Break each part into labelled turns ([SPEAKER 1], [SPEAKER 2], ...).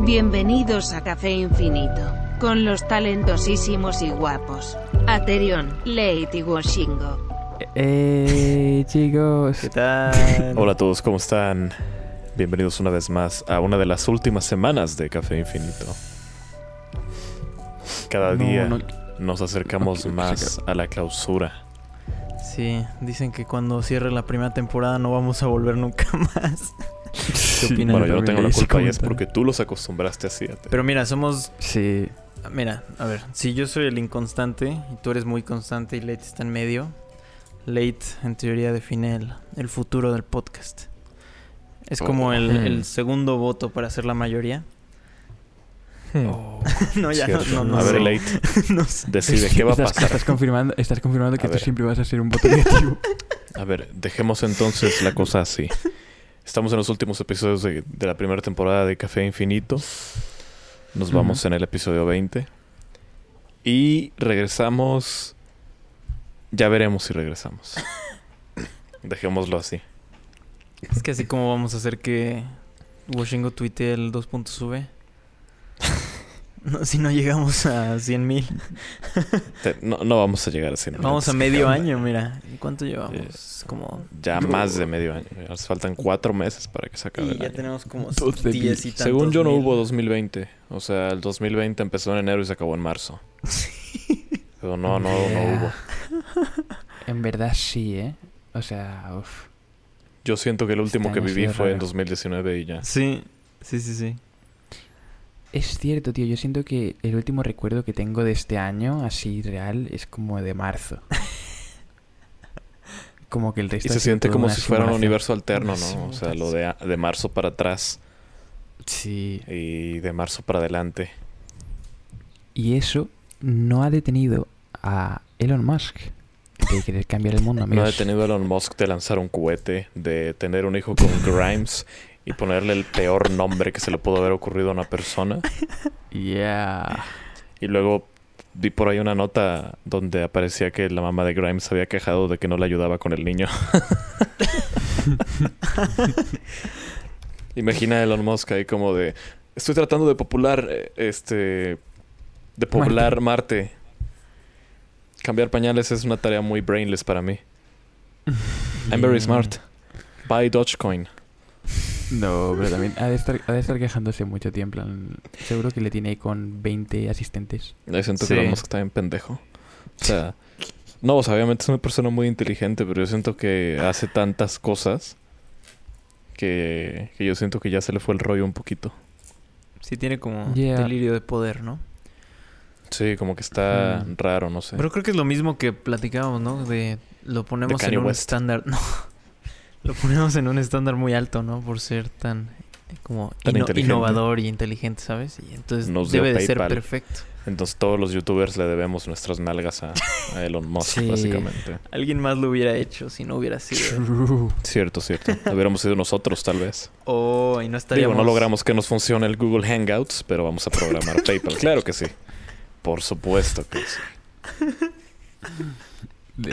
[SPEAKER 1] Bienvenidos a Café Infinito, con los talentosísimos y guapos. Aterion, Lady Washingo.
[SPEAKER 2] ¡Eh, chicos!
[SPEAKER 3] ¿Qué tal?
[SPEAKER 4] Hola a todos, ¿cómo están? Bienvenidos una vez más a una de las últimas semanas de Café Infinito. Cada
[SPEAKER 2] No,
[SPEAKER 4] día
[SPEAKER 2] no-
[SPEAKER 4] nos acercamos
[SPEAKER 2] no quiero que se
[SPEAKER 4] más a la clausura.
[SPEAKER 3] Sí, dicen que cuando cierre la primera temporada no vamos a volver nunca más.
[SPEAKER 2] ¿Qué opinan?
[SPEAKER 4] bueno, yo no
[SPEAKER 2] También
[SPEAKER 4] tengo la
[SPEAKER 2] leí ese
[SPEAKER 4] culpa y es
[SPEAKER 2] comentario.
[SPEAKER 4] porque tú los acostumbraste así. a-
[SPEAKER 3] Pero mira, somos.
[SPEAKER 2] Sí.
[SPEAKER 3] Mira, a ver, si yo soy el inconstante y tú eres muy constante y Late está en medio, Late en teoría define el, el futuro del podcast. Es
[SPEAKER 4] Oh,
[SPEAKER 3] como el,
[SPEAKER 2] Mm.
[SPEAKER 3] el segundo voto para ser la mayoría.
[SPEAKER 4] Oh,
[SPEAKER 3] no, ya no, no,
[SPEAKER 4] Cierto.
[SPEAKER 3] no
[SPEAKER 4] a ver,
[SPEAKER 3] sé.
[SPEAKER 4] Late,
[SPEAKER 3] No sé.
[SPEAKER 4] decide qué va a
[SPEAKER 2] estás,
[SPEAKER 4] pasar.
[SPEAKER 2] Estás confirmando, estás confirmando que
[SPEAKER 4] A
[SPEAKER 2] tú
[SPEAKER 4] ver.
[SPEAKER 2] siempre vas a ser un voto negativo.
[SPEAKER 4] A ver, dejemos entonces la cosa así. Estamos en los últimos episodios de, de la primera temporada de Café Infinito. Nos
[SPEAKER 2] Ujú.
[SPEAKER 4] vamos en el episodio 20. Y regresamos. Ya veremos si regresamos. Dejémoslo así.
[SPEAKER 3] Es que así como vamos a hacer que Washingo tuitee el 2.sub. No, si no llegamos a 100 mil.
[SPEAKER 4] Te- no, no vamos a llegar a 100
[SPEAKER 3] Vamos a
[SPEAKER 4] minutos,
[SPEAKER 3] medio
[SPEAKER 4] cabrón.
[SPEAKER 3] año, mira. ¿Y ¿Cuánto llevamos? Como...
[SPEAKER 4] Ya más de medio año. Ya Nos faltan cuatro meses para que se acabe
[SPEAKER 3] Y
[SPEAKER 4] el
[SPEAKER 3] ya
[SPEAKER 4] año.
[SPEAKER 3] tenemos como
[SPEAKER 2] 12 mil.
[SPEAKER 3] 10 y tantos
[SPEAKER 4] Según yo no
[SPEAKER 3] mil.
[SPEAKER 4] hubo 2020. O sea, el 2020 empezó en enero y se acabó en marzo. Pero no, no, no
[SPEAKER 2] Yeah.
[SPEAKER 4] hubo.
[SPEAKER 2] En verdad sí, ¿eh? O sea, uff.
[SPEAKER 4] Yo siento que el último
[SPEAKER 2] Este
[SPEAKER 4] que
[SPEAKER 2] año ha
[SPEAKER 4] viví
[SPEAKER 2] sido
[SPEAKER 4] fue en
[SPEAKER 2] raro.
[SPEAKER 4] 2019 y ya.
[SPEAKER 3] Sí, sí, sí, sí.
[SPEAKER 2] Es cierto, tío. Yo siento que el último recuerdo que tengo de este año, así real, es como de marzo. Como que el resto.
[SPEAKER 4] Y
[SPEAKER 2] ha
[SPEAKER 4] se
[SPEAKER 2] sido
[SPEAKER 4] siente
[SPEAKER 2] toda
[SPEAKER 4] como
[SPEAKER 2] una
[SPEAKER 4] si fuera un
[SPEAKER 2] simulación.
[SPEAKER 4] universo alterno,
[SPEAKER 2] Una
[SPEAKER 4] ¿no? O sea,
[SPEAKER 2] simulación.
[SPEAKER 4] lo de, a- de marzo para atrás
[SPEAKER 2] Sí.
[SPEAKER 4] y de marzo para adelante.
[SPEAKER 2] Y eso no ha detenido a Elon Musk de querer cambiar el mundo,
[SPEAKER 4] No ha
[SPEAKER 2] amigos.
[SPEAKER 4] detenido a Elon Musk de lanzar un cohete, de tener un hijo con Grimes y ponerle el peor nombre que se le pudo haber ocurrido a una persona.
[SPEAKER 2] Yeah.
[SPEAKER 4] Y luego vi por ahí una nota donde aparecía que la mamá de Grimes se había quejado de que no le ayudaba con el niño. Imagina a Elon Musk ahí como de estoy tratando de popular eh, este de poblar Marte. Cambiar pañales es una tarea muy brainless para mí. I'm very
[SPEAKER 2] Yeah.
[SPEAKER 4] smart. Buy Dogecoin.
[SPEAKER 2] No, pero también ha de, estar, ha de estar quejándose mucho tiempo. en plan, Seguro que le tiene ahí con 20 asistentes.
[SPEAKER 4] Yo siento
[SPEAKER 3] Sí.
[SPEAKER 4] que Elon Musk está bien pendejo. O sea, no, o sea, obviamente es una persona muy inteligente, pero yo siento que hace tantas cosas que, que yo siento que ya se le fue el rollo un poquito.
[SPEAKER 3] Sí tiene como
[SPEAKER 2] Yeah.
[SPEAKER 3] delirio de poder, ¿no?
[SPEAKER 4] Sí, como que está
[SPEAKER 2] Mm.
[SPEAKER 4] raro, no sé.
[SPEAKER 3] Pero creo que es lo mismo que platicábamos, ¿no? De lo ponemos
[SPEAKER 4] Kanye
[SPEAKER 3] en un
[SPEAKER 4] West.
[SPEAKER 3] estándar... No, lo ponemos en un estándar muy alto, ¿no? Por ser tan eh, como
[SPEAKER 4] Tan
[SPEAKER 3] ino-
[SPEAKER 4] inteligente.
[SPEAKER 3] innovador y inteligente, ¿sabes? Y entonces
[SPEAKER 4] Nos dio
[SPEAKER 3] debe de ser
[SPEAKER 4] PayPal.
[SPEAKER 3] perfecto.
[SPEAKER 4] Entonces todos los youtubers le debemos nuestras nalgas a, a Elon Musk,
[SPEAKER 2] Sí.
[SPEAKER 4] básicamente.
[SPEAKER 3] Alguien más lo hubiera hecho si no hubiera sido.
[SPEAKER 2] True.
[SPEAKER 4] Cierto, cierto. Hubiéramos sido nosotros, tal vez.
[SPEAKER 3] Oh, y no estaríamos.
[SPEAKER 4] Digo, no logramos que nos funcione el Google Hangouts, pero vamos a programar PayPal. Claro que sí. Por supuesto que sí.
[SPEAKER 2] De-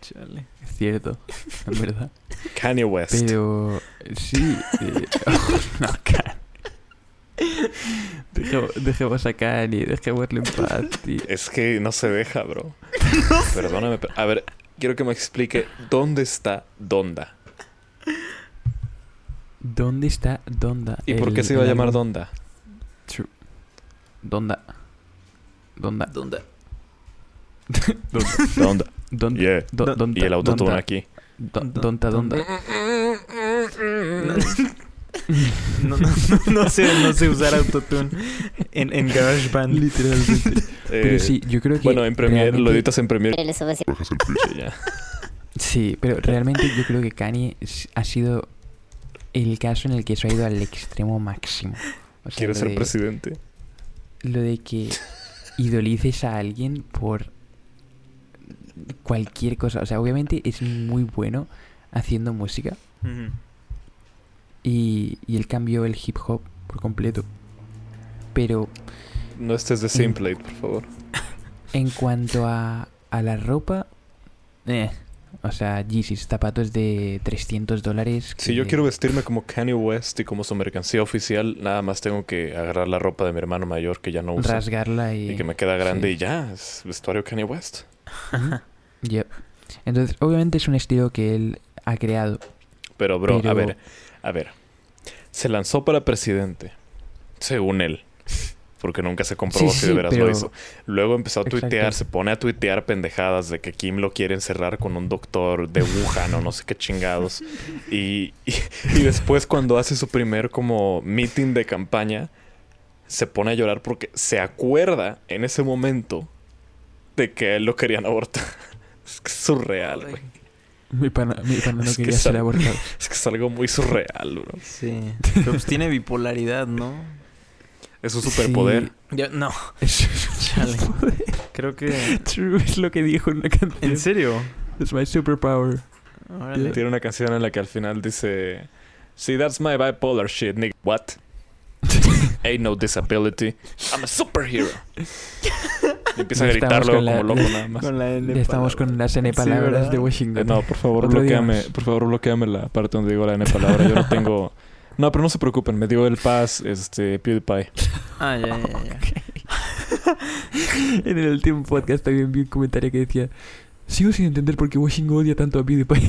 [SPEAKER 3] Chale.
[SPEAKER 2] es cierto, en verdad.
[SPEAKER 4] Kanye West.
[SPEAKER 2] Pero sí. eh, no, Kanye. Dejemos, dejemos a Kanye, dejémosle en paz, tío.
[SPEAKER 4] Es que no se deja, bro. Perdóname, pero- a ver, quiero que me explique dónde está Donda
[SPEAKER 2] ¿Dónde está Donda?
[SPEAKER 4] y por
[SPEAKER 2] El-
[SPEAKER 4] qué se iba a
[SPEAKER 2] el
[SPEAKER 4] llamar
[SPEAKER 2] álbum?
[SPEAKER 4] Donda.
[SPEAKER 2] Donda. Donda.
[SPEAKER 3] ¿Dónde?
[SPEAKER 4] Donda.
[SPEAKER 2] Don-
[SPEAKER 4] Yeah.
[SPEAKER 2] do-
[SPEAKER 3] Don-
[SPEAKER 2] Donda.
[SPEAKER 4] Y el autotune
[SPEAKER 2] Donda.
[SPEAKER 4] aquí.
[SPEAKER 2] Don- Donda, Donda.
[SPEAKER 3] No, no, no, no sé, no sé usar autotune en, en GarageBand.
[SPEAKER 2] Literalmente. Pero
[SPEAKER 4] Eh,
[SPEAKER 2] sí, yo creo que.
[SPEAKER 4] Bueno, en Premiere, lo
[SPEAKER 2] realmente-
[SPEAKER 4] editas en Premiere.
[SPEAKER 5] Pero le subes el-
[SPEAKER 4] y ya.
[SPEAKER 2] Sí, pero realmente yo creo que Kanye s- ha sido el caso en el que eso ha ido al extremo máximo. O sea,
[SPEAKER 4] Quiero
[SPEAKER 2] lo
[SPEAKER 4] ser
[SPEAKER 2] de-
[SPEAKER 4] presidente.
[SPEAKER 2] Lo de que idolices a alguien por cualquier cosa. O sea, obviamente es muy bueno haciendo música
[SPEAKER 3] Ujú.
[SPEAKER 2] y, y él cambió el hip hop por completo. Pero
[SPEAKER 4] No estés
[SPEAKER 2] Mm.
[SPEAKER 4] de Simplate, por favor.
[SPEAKER 2] en cuanto a, a la ropa, eh, O sea, Yeezys, zapatos de 300 dólares.
[SPEAKER 4] Si yo
[SPEAKER 2] que-
[SPEAKER 4] quiero vestirme como Kanye West y como su mercancía oficial, nada más tengo que agarrar la ropa de mi hermano mayor que ya no usa
[SPEAKER 2] rasgarla y...
[SPEAKER 4] y que me queda grande
[SPEAKER 2] sí.
[SPEAKER 4] y ya, es vestuario Kanye West.
[SPEAKER 2] Yep. Entonces, obviamente es un estilo que él ha creado.
[SPEAKER 4] Pero, bro, a
[SPEAKER 2] Pero-
[SPEAKER 4] ver, a ver. Se lanzó para presidente, según él. Porque nunca se comprobó
[SPEAKER 2] Sí,
[SPEAKER 4] si
[SPEAKER 2] sí,
[SPEAKER 4] de veras
[SPEAKER 2] pero-
[SPEAKER 4] lo hizo. Luego empezó a
[SPEAKER 2] Exacto.
[SPEAKER 4] tuitear, se pone a tuitear pendejadas de que Kim lo quiere encerrar con un doctor de Wuhan o no sé qué chingados. Y, y, y después cuando hace su primer como meeting de campaña, se pone a llorar porque se acuerda en ese momento de que a él lo querían abortar. Es que es surreal, güey.
[SPEAKER 2] Mi pana, mi pana no
[SPEAKER 4] Es que
[SPEAKER 2] quería ser
[SPEAKER 4] sabe-
[SPEAKER 2] abortado.
[SPEAKER 4] Es que es algo muy surreal, bro.
[SPEAKER 3] Sí. Pero pues tiene bipolaridad, ¿no?
[SPEAKER 4] Es un
[SPEAKER 2] Sí.
[SPEAKER 4] superpoder.
[SPEAKER 3] Ya- no,
[SPEAKER 2] Es,
[SPEAKER 3] chale. Creo que.
[SPEAKER 2] True es lo que dijo en una canción.
[SPEAKER 3] ¿En serio?
[SPEAKER 2] Es my superpower.
[SPEAKER 3] Órale.
[SPEAKER 4] Tiene una canción en la que al final dice: See, that's my bipolar shit, nigga. What? Ain't no disability. I'm a superhero. Y empieza a
[SPEAKER 2] Estamos
[SPEAKER 4] gritarlo
[SPEAKER 2] con la-
[SPEAKER 4] como loco nada más.
[SPEAKER 3] Con la N
[SPEAKER 2] Ya estamos
[SPEAKER 3] palabra.
[SPEAKER 2] con las N
[SPEAKER 3] Sí,
[SPEAKER 2] palabras
[SPEAKER 3] ¿verdad?
[SPEAKER 2] de
[SPEAKER 4] Eh,
[SPEAKER 2] Washington.
[SPEAKER 4] No, por favor,
[SPEAKER 2] No lo
[SPEAKER 4] bloqueame.
[SPEAKER 2] digamos.
[SPEAKER 4] Por favor, bloqueame la parte donde digo la N palabra. Yo no tengo. No, pero no se preocupen. Me dio el pass, este, PewDiePie.
[SPEAKER 3] Ah, ya, ya, ya.
[SPEAKER 2] En el último podcast también vi un comentario que decía: Sigo sin entender por qué Washington odia tanto a PewDiePie.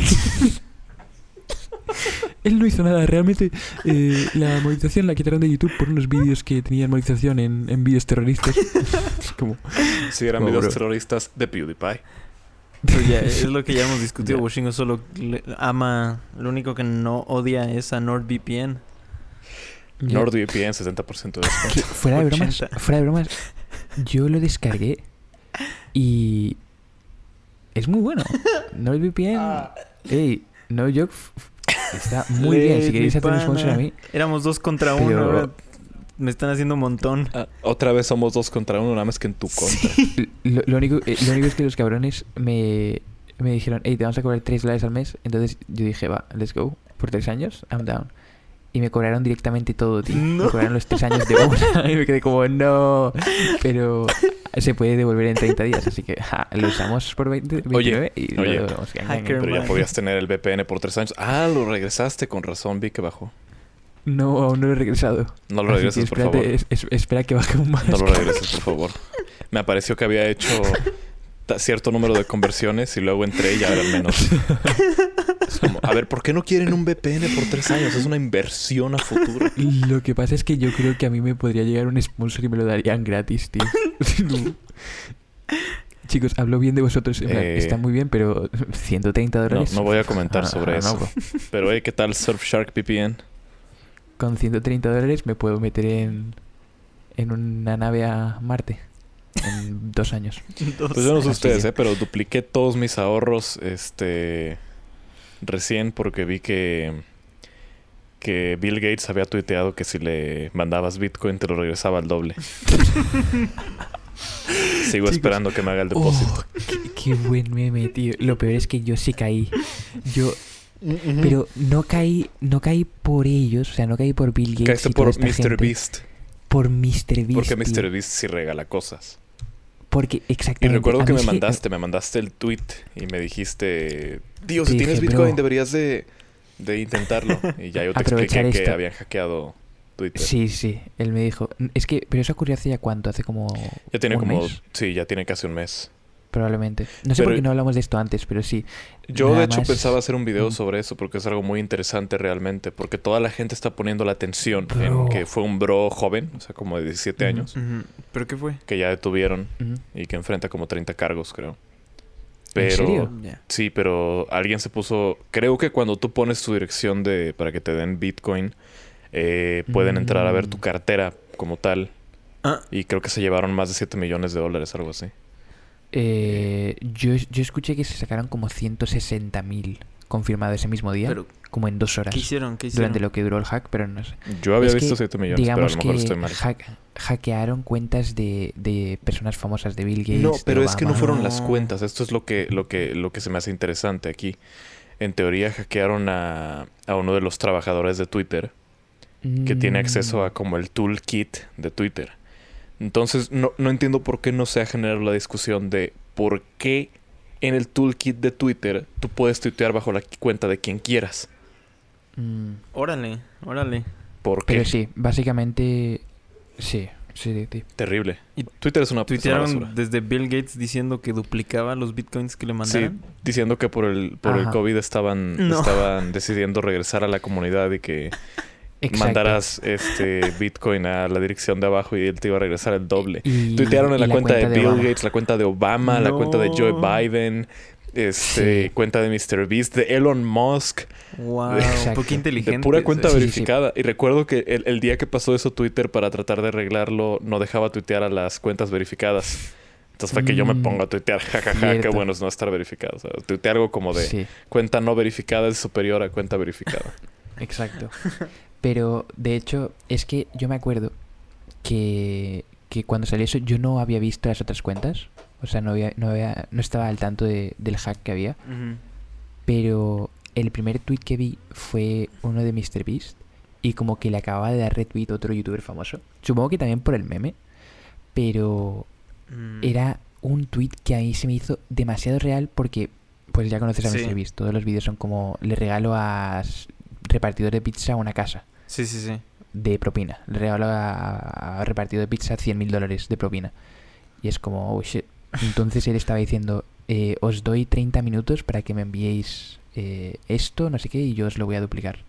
[SPEAKER 2] Él no hizo nada, realmente eh, la monetización la quitaron de YouTube por unos vídeos que tenían monetización en, en vídeos terroristas. Es como,
[SPEAKER 4] Sí, eran
[SPEAKER 2] No,
[SPEAKER 4] videos
[SPEAKER 2] bro.
[SPEAKER 4] terroristas de PewDiePie.
[SPEAKER 3] Pero ya, es lo que ya hemos discutido.
[SPEAKER 2] Ya.
[SPEAKER 3] Washington solo le- ama. Lo único que no odia es a NordVPN.
[SPEAKER 2] ya.
[SPEAKER 4] NordVPN, 70% de
[SPEAKER 2] Que
[SPEAKER 4] descuento.
[SPEAKER 2] fuera de bromas,
[SPEAKER 3] 80.
[SPEAKER 2] fuera de bromas, yo lo descargué y es muy bueno. NordVPN, ey, no joke, f- f- está muy bien.
[SPEAKER 3] Led,
[SPEAKER 2] Si queréis
[SPEAKER 3] mi
[SPEAKER 2] hacer un sponsor a
[SPEAKER 3] pana.
[SPEAKER 2] mí,
[SPEAKER 3] Éramos dos contra
[SPEAKER 2] Pero-
[SPEAKER 3] uno. ahora Me están haciendo un montón.
[SPEAKER 4] Ah, otra vez somos dos contra uno, nada más que en tu contra.
[SPEAKER 2] lo, lo único, eh, lo único es que los cabrones me, me dijeron, hey, te vamos a cobrar 3 dólares al mes. Entonces yo dije, va, let's go, por 3 años, I'm down. Y me cobraron directamente todo, tío. Me
[SPEAKER 3] No.
[SPEAKER 2] cobraron los 3 años de una y me quedé como, no. Pero se puede devolver en 30 días, así que ja, lo usamos por 20, 29 y
[SPEAKER 4] oye,
[SPEAKER 2] lo devolvemos. Gang, gang, gang.
[SPEAKER 3] hacker.
[SPEAKER 4] Pero ya
[SPEAKER 3] Hermano.
[SPEAKER 4] podías tener el VPN por tres años. Ah, lo regresaste con razón, vi que bajó.
[SPEAKER 2] No, aún no lo he regresado.
[SPEAKER 4] No lo
[SPEAKER 2] Así que
[SPEAKER 4] regreses, por
[SPEAKER 2] espérate,
[SPEAKER 4] favor.
[SPEAKER 2] es- es- espera que baje un más.
[SPEAKER 4] No lo regreses, por favor. Me apareció que había hecho ta- cierto número de conversiones y luego entré y ya eran menos. Es como, a ver, ¿por qué no quieren un VPN por tres años? Es una inversión a futuro.
[SPEAKER 2] Lo que pasa es que yo creo que a mí me podría llegar un sponsor y me lo darían gratis, tío. No. Chicos, hablo bien de vosotros. en plan,
[SPEAKER 4] Eh,
[SPEAKER 2] Está muy bien, pero 130
[SPEAKER 4] No,
[SPEAKER 2] dólares.
[SPEAKER 4] no voy a comentar
[SPEAKER 2] Ah,
[SPEAKER 4] sobre
[SPEAKER 2] no,
[SPEAKER 4] eso.
[SPEAKER 2] bro.
[SPEAKER 4] Pero, hey, ¿qué tal Surfshark VPN?
[SPEAKER 2] Con 130 dólares me puedo meter en, en una nave a Marte en dos años.
[SPEAKER 3] Entonces,
[SPEAKER 4] Pues yo no
[SPEAKER 2] Así
[SPEAKER 4] sé ustedes,
[SPEAKER 2] que-
[SPEAKER 4] ¿eh? pero dupliqué todos mis ahorros este recién porque vi que que Bill Gates había tuiteado que si le mandabas Bitcoin te lo regresaba al doble. Sigo
[SPEAKER 2] Chicos.
[SPEAKER 4] esperando que me haga el
[SPEAKER 2] Oh,
[SPEAKER 4] depósito.
[SPEAKER 2] qué, qué buen meme, tío. Lo peor es que yo sí caí. Yo, pero no caí, no caí por ellos, o sea, no caí por Bill Gates.
[SPEAKER 4] Caíste
[SPEAKER 2] y toda
[SPEAKER 4] por
[SPEAKER 2] esta gente,
[SPEAKER 4] Mr. Beast,
[SPEAKER 2] Por Mr. Beast.
[SPEAKER 4] porque
[SPEAKER 2] tío.
[SPEAKER 4] Mr. Beast sí regala cosas.
[SPEAKER 2] Porque
[SPEAKER 4] Y
[SPEAKER 2] exactamente.
[SPEAKER 4] recuerdo
[SPEAKER 2] a
[SPEAKER 4] que
[SPEAKER 2] mí eh,
[SPEAKER 4] me
[SPEAKER 2] es
[SPEAKER 4] mandaste, me mandaste el tweet y me dijiste, Dios,
[SPEAKER 2] Te
[SPEAKER 4] si tienes
[SPEAKER 2] dije, "Bro".
[SPEAKER 4] Bitcoin deberías de, de intentarlo. Y ya yo te
[SPEAKER 2] Aprovechar
[SPEAKER 4] expliqué que
[SPEAKER 2] esto.
[SPEAKER 4] habían hackeado Twitter.
[SPEAKER 2] Sí, sí, él me dijo. "Mm, Es que, pero eso ocurrió hace ya cuánto, hace como.
[SPEAKER 4] Ya tiene
[SPEAKER 2] un
[SPEAKER 4] como.
[SPEAKER 2] mes,
[SPEAKER 4] Sí, ya tiene casi un mes.
[SPEAKER 2] probablemente. No sé
[SPEAKER 4] Pero-
[SPEAKER 2] por qué no hablamos de esto antes, pero sí.
[SPEAKER 4] Yo,
[SPEAKER 2] Nada
[SPEAKER 4] de hecho,
[SPEAKER 2] más.
[SPEAKER 4] pensaba hacer un video
[SPEAKER 2] Mm.
[SPEAKER 4] sobre eso porque es algo muy interesante realmente. Porque toda la gente está poniendo la atención en
[SPEAKER 2] Bro.
[SPEAKER 4] que fue un bro joven, o sea, como de 17
[SPEAKER 2] Ujú.
[SPEAKER 4] años,
[SPEAKER 3] Ujú. ¿Pero qué fue?
[SPEAKER 4] que ya detuvieron
[SPEAKER 2] Ujú.
[SPEAKER 4] y que enfrenta como 30 cargos, creo. Pero.
[SPEAKER 2] ¿En serio?
[SPEAKER 3] Ya.
[SPEAKER 4] Sí, pero alguien se puso. Creo que cuando tú pones tu dirección de para que te den Bitcoin, eh, pueden entrar a ver tu
[SPEAKER 2] Mm.
[SPEAKER 4] cartera como tal.
[SPEAKER 3] Ah.
[SPEAKER 4] Y creo que se llevaron más de 7 millones de dólares, algo así.
[SPEAKER 2] Eh, yo, yo escuché que se sacaron como 160.000 confirmado ese mismo día,
[SPEAKER 3] Pero,
[SPEAKER 2] como en dos horas.
[SPEAKER 3] ¿qué hicieron? ¿Qué hicieron?
[SPEAKER 2] Durante lo que duró el hack, pero no sé.
[SPEAKER 4] Yo había
[SPEAKER 2] Es que,
[SPEAKER 4] visto 7 millones, pero a
[SPEAKER 2] Digamos
[SPEAKER 4] lo mejor
[SPEAKER 2] que
[SPEAKER 4] estoy mal.
[SPEAKER 2] hack- hackearon cuentas de, de personas famosas de Bill Gates.
[SPEAKER 4] No,
[SPEAKER 2] de
[SPEAKER 4] pero es que no
[SPEAKER 2] Obama.
[SPEAKER 4] fueron las
[SPEAKER 3] No.
[SPEAKER 4] cuentas. Esto es lo que, lo que, lo que se me hace interesante aquí. En teoría hackearon a, a uno de los trabajadores de Twitter que tiene acceso a
[SPEAKER 2] Mm,
[SPEAKER 4] como el toolkit de Twitter. Entonces no, no entiendo por qué no se ha generado la discusión de por qué en el toolkit de Twitter, tú puedes tuitear bajo la cuenta de quien quieras.
[SPEAKER 2] Mm,
[SPEAKER 3] Órale, órale.
[SPEAKER 4] Porque
[SPEAKER 2] pero sí, básicamente. Sí, sí, sí.
[SPEAKER 4] terrible.
[SPEAKER 3] Y
[SPEAKER 4] Twitter es una, es una basura.
[SPEAKER 3] Tuitearon desde Bill Gates diciendo que duplicaba los bitcoins que le mandaron.
[SPEAKER 4] diciendo que por el por el
[SPEAKER 2] Ajá.
[SPEAKER 4] COVID estaban
[SPEAKER 3] No.
[SPEAKER 4] estaban decidiendo regresar a la comunidad y que
[SPEAKER 2] Exacto.
[SPEAKER 4] mandaras este Bitcoin a la dirección de abajo y él te iba a regresar el doble.
[SPEAKER 2] Y-
[SPEAKER 4] Tuitearon
[SPEAKER 2] y
[SPEAKER 4] en la, cuenta, de Bill
[SPEAKER 2] Obama.
[SPEAKER 4] Gates, la cuenta de Obama, la cuenta de Joe
[SPEAKER 3] No.
[SPEAKER 4] Biden, este
[SPEAKER 2] Sí.
[SPEAKER 4] cuenta de Mr. Beast, de Elon Musk,
[SPEAKER 3] Wow,
[SPEAKER 2] Exacto.
[SPEAKER 3] porque inteligente.
[SPEAKER 4] de pura
[SPEAKER 3] ¿eh?
[SPEAKER 4] cuenta
[SPEAKER 2] Sí, sí, sí.
[SPEAKER 4] verificada. Y recuerdo que el, el día que pasó eso Twitter para tratar de arreglarlo no dejaba tuitear a las cuentas verificadas. Entonces fue que yo me
[SPEAKER 2] Mm.
[SPEAKER 4] pongo a tuitear, jajaja, qué
[SPEAKER 2] Cierto.
[SPEAKER 4] bueno es no estar verificado. O sea, tuiteé algo como de
[SPEAKER 2] Sí,
[SPEAKER 4] cuenta no verificada es superior a cuenta verificada.
[SPEAKER 2] exacto. Pero de hecho, es que yo me acuerdo que, que cuando salió eso, yo no había visto las otras cuentas. O sea, no, había, no, había, no estaba al tanto de- del hack que había.
[SPEAKER 3] Ujú.
[SPEAKER 2] Pero el primer tweet que vi fue uno de MrBeast. Y como que le acababa de dar retweet a otro youtuber famoso. Supongo que también por el meme. Pero
[SPEAKER 3] Mm.
[SPEAKER 2] era un tweet que a mí se me hizo demasiado real porque, pues ya conoces a
[SPEAKER 3] Sí.
[SPEAKER 2] MrBeast. Todos los vídeos son como le regalo a s- repartidor de pizza una casa
[SPEAKER 3] Sí, sí, sí.
[SPEAKER 2] de propina. Le regalo a, a repartidor de pizza 100 mil dólares de propina. Y es como, oh shit. Entonces él estaba diciendo, eh, os doy 30 minutos para que me enviéis eh, esto, no sé qué, y yo os lo voy a duplicar.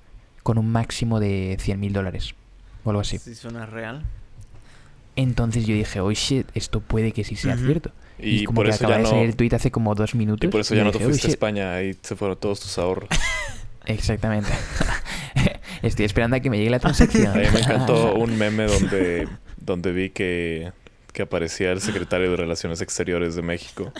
[SPEAKER 2] Con un máximo de 100 mil dólares. O algo así.
[SPEAKER 3] Sí, suena real.
[SPEAKER 2] Entonces yo dije, oh shit, esto puede que sí sea
[SPEAKER 3] Ujú.
[SPEAKER 2] cierto. Y,
[SPEAKER 4] Y,
[SPEAKER 2] como
[SPEAKER 4] por
[SPEAKER 2] que
[SPEAKER 4] eso
[SPEAKER 2] acaba
[SPEAKER 4] ya
[SPEAKER 2] de
[SPEAKER 4] no
[SPEAKER 2] salir el tweet hace como dos minutos.
[SPEAKER 4] y por eso ya
[SPEAKER 2] yo
[SPEAKER 4] no te
[SPEAKER 2] dije, "Oh,
[SPEAKER 4] fuiste a
[SPEAKER 2] shit".
[SPEAKER 4] España, ahí se fueron todos tus ahorros.
[SPEAKER 2] Exactamente. Estoy esperando a que me llegue la transacción.
[SPEAKER 4] A mí me encantó un meme donde, donde vi que, que aparecía el secretario de Relaciones Exteriores de México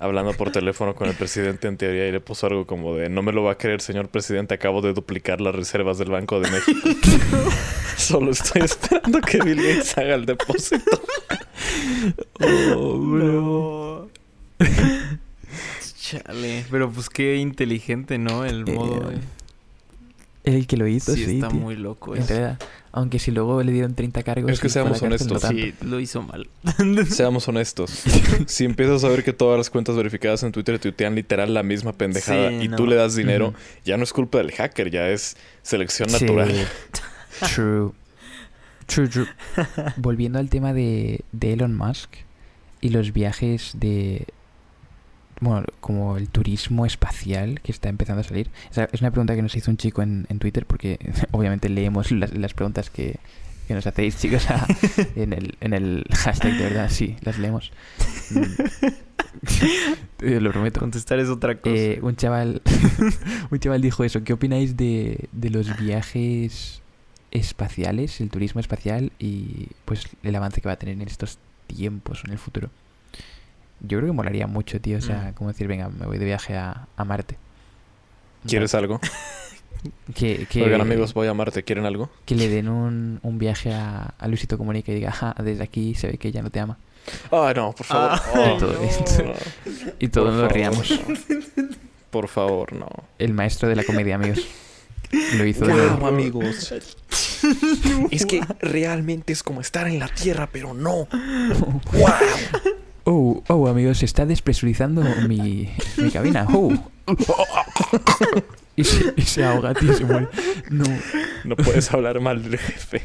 [SPEAKER 4] hablando por teléfono con el presidente en teoría y le puso algo como de no me lo va a creer señor presidente, acabo de duplicar las reservas del Banco de México. Solo estoy esperando que Bill Gates haga el depósito.
[SPEAKER 3] Oh, bro. Chale. Pero pues qué inteligente, ¿no? El
[SPEAKER 2] Eh,
[SPEAKER 3] modo. de-
[SPEAKER 2] El que lo hizo,
[SPEAKER 3] Sí,
[SPEAKER 2] sí.
[SPEAKER 3] está
[SPEAKER 2] tío.
[SPEAKER 3] muy loco
[SPEAKER 2] En
[SPEAKER 3] eso.
[SPEAKER 2] realidad. Aunque si luego le dieron 30 cargos.
[SPEAKER 4] pues. Es que
[SPEAKER 2] y fue a la
[SPEAKER 4] seamos
[SPEAKER 2] cárcel, no
[SPEAKER 4] honestos,
[SPEAKER 2] tanto.
[SPEAKER 3] Sí, lo hizo mal.
[SPEAKER 4] Seamos honestos. Si empiezas a ver que todas las cuentas verificadas en Twitter tuitean literal la misma pendejada
[SPEAKER 3] Sí,
[SPEAKER 4] y
[SPEAKER 3] no.
[SPEAKER 4] tú le das dinero,
[SPEAKER 2] Ujú.
[SPEAKER 4] ya no es culpa del hacker, ya es selección
[SPEAKER 2] Sí.
[SPEAKER 4] natural.
[SPEAKER 2] True. True, true. Volviendo al tema de, de Elon Musk y los viajes de. Bueno, como el turismo espacial que está empezando a salir. O sea, es una pregunta que nos hizo un chico en, en Twitter, porque obviamente leemos las, las preguntas que, que nos hacéis, chicos, a- en, el, en el hashtag, de verdad, sí, las leemos. Mm. Eh, Lo prometo.
[SPEAKER 3] Contestar es otra cosa.
[SPEAKER 2] Eh, un chaval un chaval dijo eso. ¿Qué opináis de, de los viajes espaciales, el turismo espacial y pues el avance que va a tener en estos tiempos en el futuro? Yo creo que molaría mucho, tío. O sea,
[SPEAKER 3] Mm.
[SPEAKER 2] como decir, venga, me voy de viaje a, a Marte.
[SPEAKER 4] ¿Quieres algo?
[SPEAKER 2] Que, que,
[SPEAKER 4] Oigan amigos, voy a Marte, ¿quieren algo?
[SPEAKER 2] que le den un, un viaje a, a Luisito Comunica y diga, "Ja, desde aquí se ve que ya no te ama.
[SPEAKER 4] Ah, no, por favor.
[SPEAKER 3] Ah,
[SPEAKER 4] Oh,
[SPEAKER 2] todo
[SPEAKER 4] no.
[SPEAKER 2] esto. Y todos
[SPEAKER 4] Por
[SPEAKER 2] nos
[SPEAKER 4] favor,
[SPEAKER 2] riamos.
[SPEAKER 4] no. Por favor, no.
[SPEAKER 2] El maestro de la comedia, amigos. Lo hizo de
[SPEAKER 4] Guau,
[SPEAKER 2] nuevo.
[SPEAKER 4] amigos. es que realmente es como estar en la Tierra, pero no.
[SPEAKER 2] Oh, oh, amigos, se está despresurizando mi, mi cabina. Oh. Y se, y se ahoga, tío, se muere. No.
[SPEAKER 4] No puedes hablar mal del jefe.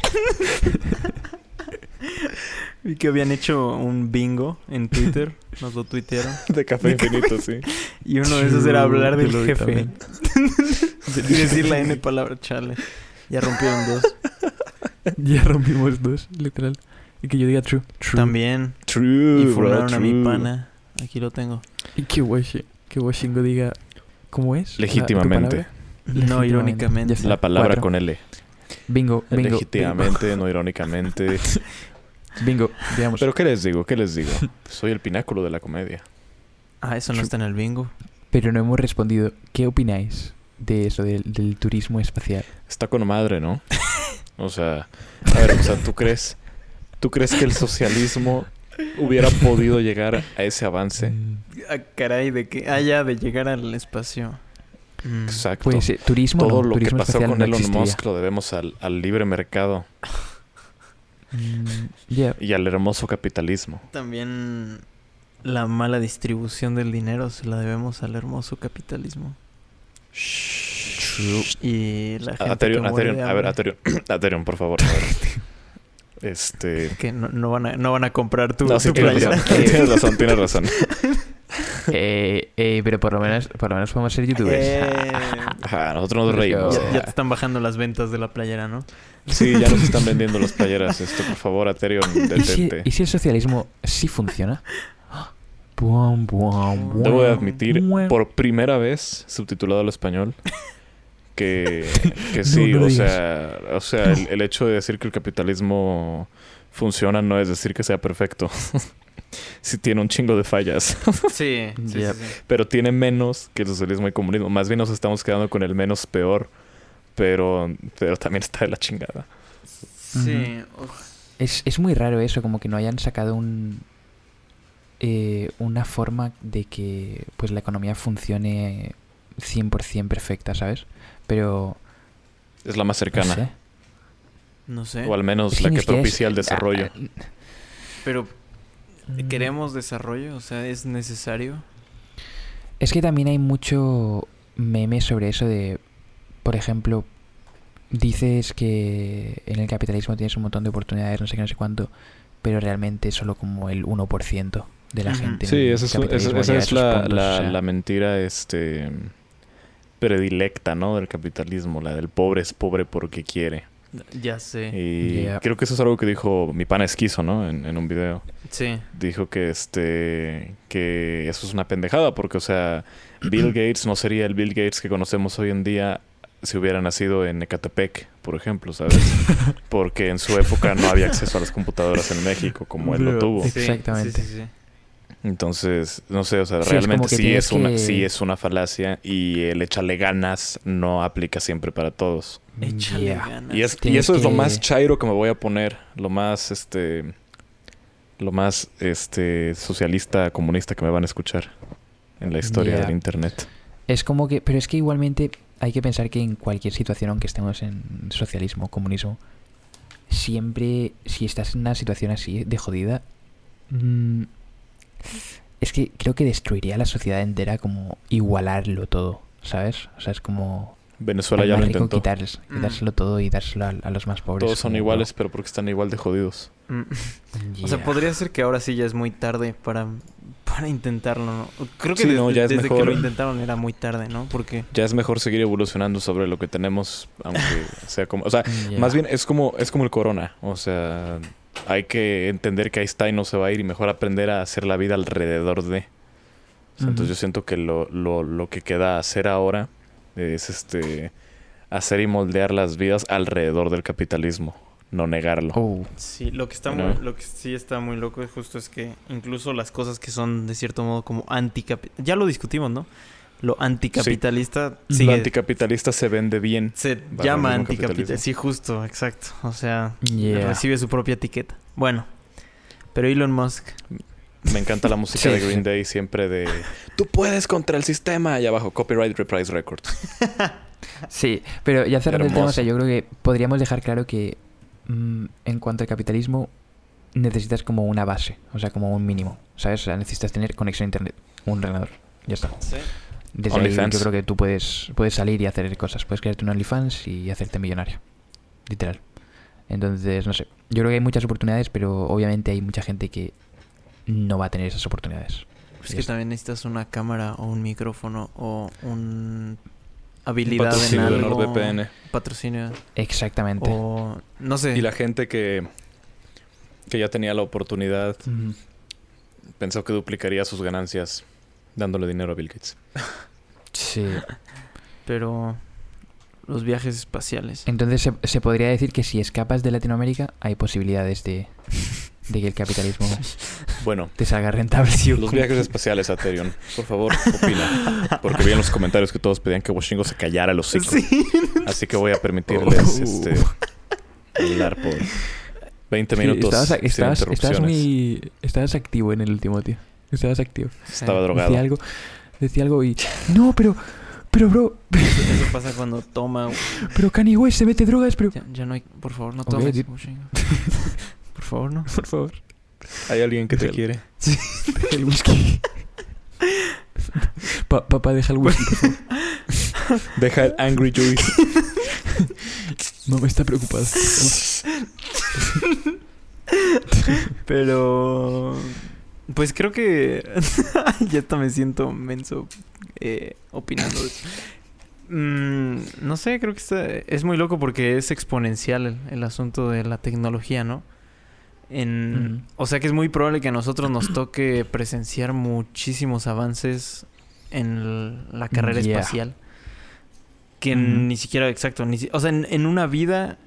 [SPEAKER 3] Vi que habían hecho un bingo en Twitter. Nos lo tuitearon.
[SPEAKER 4] De café infinito, sí.
[SPEAKER 3] Y uno de esos era hablar del
[SPEAKER 2] Yo lo vi
[SPEAKER 3] jefe.
[SPEAKER 2] también.
[SPEAKER 3] y decir la N palabra, chale. Ya rompieron dos.
[SPEAKER 2] Ya rompimos dos, literal. Y que yo diga true. True.
[SPEAKER 3] También.
[SPEAKER 4] True.
[SPEAKER 3] Y
[SPEAKER 4] bro,
[SPEAKER 3] funaron a mi
[SPEAKER 4] true.
[SPEAKER 3] pana. Aquí lo tengo.
[SPEAKER 2] Y que Washi, que Washingo diga. ¿Cómo es? La- tu
[SPEAKER 4] Legítimamente.
[SPEAKER 2] palabra.
[SPEAKER 3] No,
[SPEAKER 2] Legítimamente.
[SPEAKER 3] irónicamente.
[SPEAKER 2] Ya está.
[SPEAKER 4] La palabra
[SPEAKER 2] Cuatro.
[SPEAKER 4] con L.
[SPEAKER 2] Bingo, bingo.
[SPEAKER 4] Legítimamente, no irónicamente.
[SPEAKER 2] Bingo, veamos.
[SPEAKER 4] Pero ¿qué les digo? ¿Qué les digo? Soy el pináculo de la comedia.
[SPEAKER 3] Ah, eso no
[SPEAKER 2] True.
[SPEAKER 3] está en el bingo.
[SPEAKER 2] Pero no hemos respondido. ¿Qué opináis de eso, del, del turismo espacial?
[SPEAKER 4] Está con madre, ¿no? O sea, a ver, o sea, ¿tú crees, ¿tú crees que el socialismo hubiera podido llegar a ese avance?
[SPEAKER 2] Mm,
[SPEAKER 3] Ah, caray, de que. Ah, ya, de llegar al espacio. Mm.
[SPEAKER 4] Exacto.
[SPEAKER 2] Pues eh, turismo
[SPEAKER 4] Todo
[SPEAKER 2] no,
[SPEAKER 4] lo que
[SPEAKER 2] turismo
[SPEAKER 4] pasó
[SPEAKER 2] espacial
[SPEAKER 4] con
[SPEAKER 2] no
[SPEAKER 4] Elon
[SPEAKER 2] existiría.
[SPEAKER 4] Musk lo debemos al, al libre mercado
[SPEAKER 2] Mm, ya.
[SPEAKER 4] y al hermoso capitalismo.
[SPEAKER 3] También la mala distribución del dinero se la debemos al hermoso capitalismo.
[SPEAKER 4] Shh.
[SPEAKER 3] Y la gente
[SPEAKER 4] Aterion,
[SPEAKER 3] que muere
[SPEAKER 4] Aterion,
[SPEAKER 3] de
[SPEAKER 4] a ver,
[SPEAKER 3] hambre,
[SPEAKER 4] Aterion, Aterion, por favor. a ver. Este.
[SPEAKER 3] que no, no van a, no van a comprar tu,
[SPEAKER 4] No, sí,
[SPEAKER 3] tu
[SPEAKER 4] tienes
[SPEAKER 3] playera.
[SPEAKER 4] razón, tienes razón, tienes razón.
[SPEAKER 2] Eh, eh, pero por lo menos, por lo menos podemos ser youtubers.
[SPEAKER 3] Eh,
[SPEAKER 4] Ajá, nosotros nos reímos.
[SPEAKER 3] ya, ya te están bajando las ventas de la playera, ¿no?
[SPEAKER 4] Sí, ya nos están vendiendo las playeras. Esto, por favor, Aterion,
[SPEAKER 2] ¿Y, si,
[SPEAKER 4] detente.
[SPEAKER 2] y si el socialismo sí funciona? Buam, buam, buam.
[SPEAKER 4] Debo de admitir,
[SPEAKER 2] Bueno.
[SPEAKER 4] por primera vez, subtitulado al español, que, que sí,
[SPEAKER 2] No, no
[SPEAKER 4] o,
[SPEAKER 2] digas.
[SPEAKER 4] sea, o sea, el, el hecho de decir que el capitalismo funciona no es decir que sea perfecto. sí tiene un chingo de fallas,
[SPEAKER 3] Sí, sí, sí,
[SPEAKER 2] Yep.
[SPEAKER 3] sí.
[SPEAKER 4] pero tiene menos que el socialismo y comunismo. Más bien nos estamos quedando con el menos peor, pero, pero también está de la chingada.
[SPEAKER 3] Sí, uf.
[SPEAKER 2] Es, es muy raro eso, como que no hayan sacado un eh, una forma de que pues la economía funcione 100% perfecta, ¿sabes? Pero
[SPEAKER 4] Es la más
[SPEAKER 2] no
[SPEAKER 4] cercana,
[SPEAKER 2] sé.
[SPEAKER 3] no sé.
[SPEAKER 4] o al menos
[SPEAKER 2] Es
[SPEAKER 4] la
[SPEAKER 2] ni
[SPEAKER 4] que
[SPEAKER 2] siquiera es- mm,
[SPEAKER 4] propicia el desarrollo.
[SPEAKER 2] Ah,
[SPEAKER 3] Pero Mm. queremos desarrollo, o sea, es necesario.
[SPEAKER 2] Es que también hay mucho meme sobre eso de, por ejemplo, dices que en el capitalismo tienes un montón de oportunidades, no sé qué, no sé cuánto, pero realmente solo como el 1% de la
[SPEAKER 3] Ujú.
[SPEAKER 2] gente. en
[SPEAKER 4] Sí,
[SPEAKER 2] el
[SPEAKER 4] esa es, esa-
[SPEAKER 2] capitalismo
[SPEAKER 4] esa
[SPEAKER 2] llega a
[SPEAKER 4] es
[SPEAKER 2] esos
[SPEAKER 4] la,
[SPEAKER 2] puntos,
[SPEAKER 4] la-
[SPEAKER 2] o sea.
[SPEAKER 4] la mentira este predilecta, ¿no? Del capitalismo, la del pobre es pobre porque quiere.
[SPEAKER 3] Ya sé.
[SPEAKER 4] Y
[SPEAKER 2] Yeah.
[SPEAKER 4] creo que eso es algo que dijo mi pana esquizo, ¿no? En, en un video.
[SPEAKER 3] Sí.
[SPEAKER 4] Dijo que este que eso es una pendejada porque, o sea, Bill Gates no sería el Bill Gates que conocemos hoy en día si hubiera nacido en Ecatepec, por ejemplo, ¿sabes? Porque en su época no había acceso a las computadoras en México como él lo
[SPEAKER 2] Bro,
[SPEAKER 4] tuvo.
[SPEAKER 2] sí. Exactamente.
[SPEAKER 3] sí, sí.
[SPEAKER 4] Entonces, no sé, o sea,
[SPEAKER 2] Sí, es
[SPEAKER 4] realmente
[SPEAKER 2] como que
[SPEAKER 4] sí
[SPEAKER 2] tienes
[SPEAKER 4] es, una,
[SPEAKER 2] que-
[SPEAKER 4] sí es una falacia y el échale ganas no aplica siempre para todos.
[SPEAKER 3] Échale
[SPEAKER 2] Yeah.
[SPEAKER 3] ganas.
[SPEAKER 4] Y, es, y
[SPEAKER 2] Tienes
[SPEAKER 4] eso es lo
[SPEAKER 2] que-
[SPEAKER 4] más chairo que me voy a poner, lo más, este, lo más, este, socialista, comunista que me van a escuchar en la historia
[SPEAKER 2] Ya.
[SPEAKER 4] del Internet.
[SPEAKER 2] Es como que, pero es que igualmente hay que pensar que en cualquier situación, aunque estemos en socialismo, comunismo, siempre, si estás en una situación así de jodida, mm, es que creo que destruiría a la sociedad entera como igualarlo todo, ¿sabes? O sea, es como
[SPEAKER 4] Venezuela
[SPEAKER 2] al
[SPEAKER 4] ya
[SPEAKER 2] más
[SPEAKER 4] lo
[SPEAKER 2] rico
[SPEAKER 4] intentó.
[SPEAKER 2] quitarles-
[SPEAKER 3] Mm.
[SPEAKER 2] quitárselo todo y dárselo a, a los más pobres.
[SPEAKER 4] Todos son
[SPEAKER 2] como,
[SPEAKER 4] iguales, pero porque están igual de jodidos.
[SPEAKER 3] Mm.
[SPEAKER 2] "Yeah".
[SPEAKER 3] O sea, podría ser que ahora sí ya es muy tarde para, para intentarlo, ¿no? Creo que
[SPEAKER 4] Sí,
[SPEAKER 3] desde,
[SPEAKER 4] no, ya es
[SPEAKER 3] desde que
[SPEAKER 4] mejor.
[SPEAKER 3] lo intentaron era muy tarde, ¿no? Porque
[SPEAKER 4] Ya es mejor seguir evolucionando sobre lo que tenemos, aunque sea como... O sea,
[SPEAKER 2] Yeah.
[SPEAKER 4] Más bien es como, es como el corona. O sea, hay que entender que ahí está y no se va a ir y mejor aprender a hacer la vida alrededor de. O sea, Entonces
[SPEAKER 2] Ujú.
[SPEAKER 4] yo siento que lo, lo, lo que queda hacer ahora es este hacer y moldear las vidas alrededor del capitalismo, no negarlo.
[SPEAKER 2] Oh,
[SPEAKER 3] sí, lo que está
[SPEAKER 4] No.
[SPEAKER 3] muy, lo que sí está muy loco es justo es que incluso las cosas que son de cierto modo como anticapitalista, ya lo discutimos, ¿no? Lo anticapitalista
[SPEAKER 4] Lo
[SPEAKER 3] sigue-
[SPEAKER 4] anticapitalista se vende bien.
[SPEAKER 3] se
[SPEAKER 4] Bajo
[SPEAKER 3] llama
[SPEAKER 4] el mismo capitalismo.
[SPEAKER 3] anticapitalista, sí, justo, exacto. O sea,
[SPEAKER 2] yeah.
[SPEAKER 3] recibe su propia etiqueta. Bueno, pero Elon Musk
[SPEAKER 4] Me encanta la música
[SPEAKER 2] Sí,
[SPEAKER 4] de
[SPEAKER 2] sí.
[SPEAKER 4] Green Day siempre de tú puedes contra el sistema allá abajo copyright reprise records.
[SPEAKER 2] Sí, pero ya cerrando el tema, o
[SPEAKER 4] Hermoso.
[SPEAKER 2] sea, yo creo que podríamos dejar claro que mm, en cuanto al capitalismo necesitas como una base, o sea, como un mínimo, ¿sabes? O sea, necesitas tener conexión a internet, un ordenador, ya está. Desde ahí
[SPEAKER 4] OnlyFans.
[SPEAKER 2] yo creo que tú puedes, puedes salir y hacer cosas, puedes crearte un OnlyFans y hacerte millonario, literal. Entonces, no sé, yo creo que hay muchas oportunidades, pero obviamente hay mucha gente que no va a tener esas oportunidades.
[SPEAKER 3] Es
[SPEAKER 2] Ya
[SPEAKER 3] pues que
[SPEAKER 2] está.
[SPEAKER 3] también necesitas una cámara o un micrófono o un habilidad
[SPEAKER 4] Patrocinio de
[SPEAKER 3] en algo.
[SPEAKER 4] NordVPN.
[SPEAKER 3] Patrocinio.
[SPEAKER 2] Exactamente.
[SPEAKER 4] Oh.
[SPEAKER 3] O no sé.
[SPEAKER 4] Y la gente que, que ya tenía la oportunidad
[SPEAKER 2] Ujú.
[SPEAKER 4] pensó que duplicaría sus ganancias dándole dinero a Bill Gates.
[SPEAKER 2] Sí.
[SPEAKER 3] Pero los viajes espaciales.
[SPEAKER 2] Entonces se, se podría decir que si escapas de Latinoamérica hay posibilidades de, de que el capitalismo
[SPEAKER 4] Bueno,
[SPEAKER 2] te salga rentable.
[SPEAKER 4] los viajes espaciales, Aterion. Por favor, opina. Porque vi en los comentarios que todos pedían que Washington se callara los hocico.
[SPEAKER 3] Sí.
[SPEAKER 4] Así que voy a permitirles
[SPEAKER 2] Oh.
[SPEAKER 4] este, hablar por 20 minutos
[SPEAKER 2] estabas,
[SPEAKER 4] este sin
[SPEAKER 2] estabas- estabas
[SPEAKER 4] interrupciones.
[SPEAKER 2] muy, estabas activo en el último, tío. Estabas activo.
[SPEAKER 4] Estaba
[SPEAKER 2] Decía
[SPEAKER 4] drogado.
[SPEAKER 2] algo, decía algo y... No, pero... Pero, bro,
[SPEAKER 3] Eso pasa cuando toma. güey.
[SPEAKER 2] pero Kanye West se mete drogas, pero...
[SPEAKER 3] Ya, ya no hay. Por favor, no
[SPEAKER 2] Ok,
[SPEAKER 3] tomes.
[SPEAKER 2] dude.
[SPEAKER 3] Washington. por favor, no.
[SPEAKER 2] Por favor.
[SPEAKER 4] Hay alguien que te
[SPEAKER 2] Real.
[SPEAKER 4] quiere.
[SPEAKER 2] Deja el whisky. Pa- papá, deja el whisky. por favor.
[SPEAKER 4] Deja el Angry Juice.
[SPEAKER 2] Mamá está preocupada.
[SPEAKER 3] Pero. Pues creo que. ya hasta me siento menso eh, opinando. de eso. Mm, no sé, creo que está- es muy loco porque es exponencial el, el asunto de la tecnología, ¿no? En,
[SPEAKER 2] Ujú.
[SPEAKER 3] O sea que es muy probable que a nosotros nos toque presenciar muchísimos avances en el- la carrera
[SPEAKER 2] Yeah.
[SPEAKER 3] espacial. Que
[SPEAKER 2] Ujú.
[SPEAKER 3] ni siquiera, exacto, ni si- o sea, en, en una vida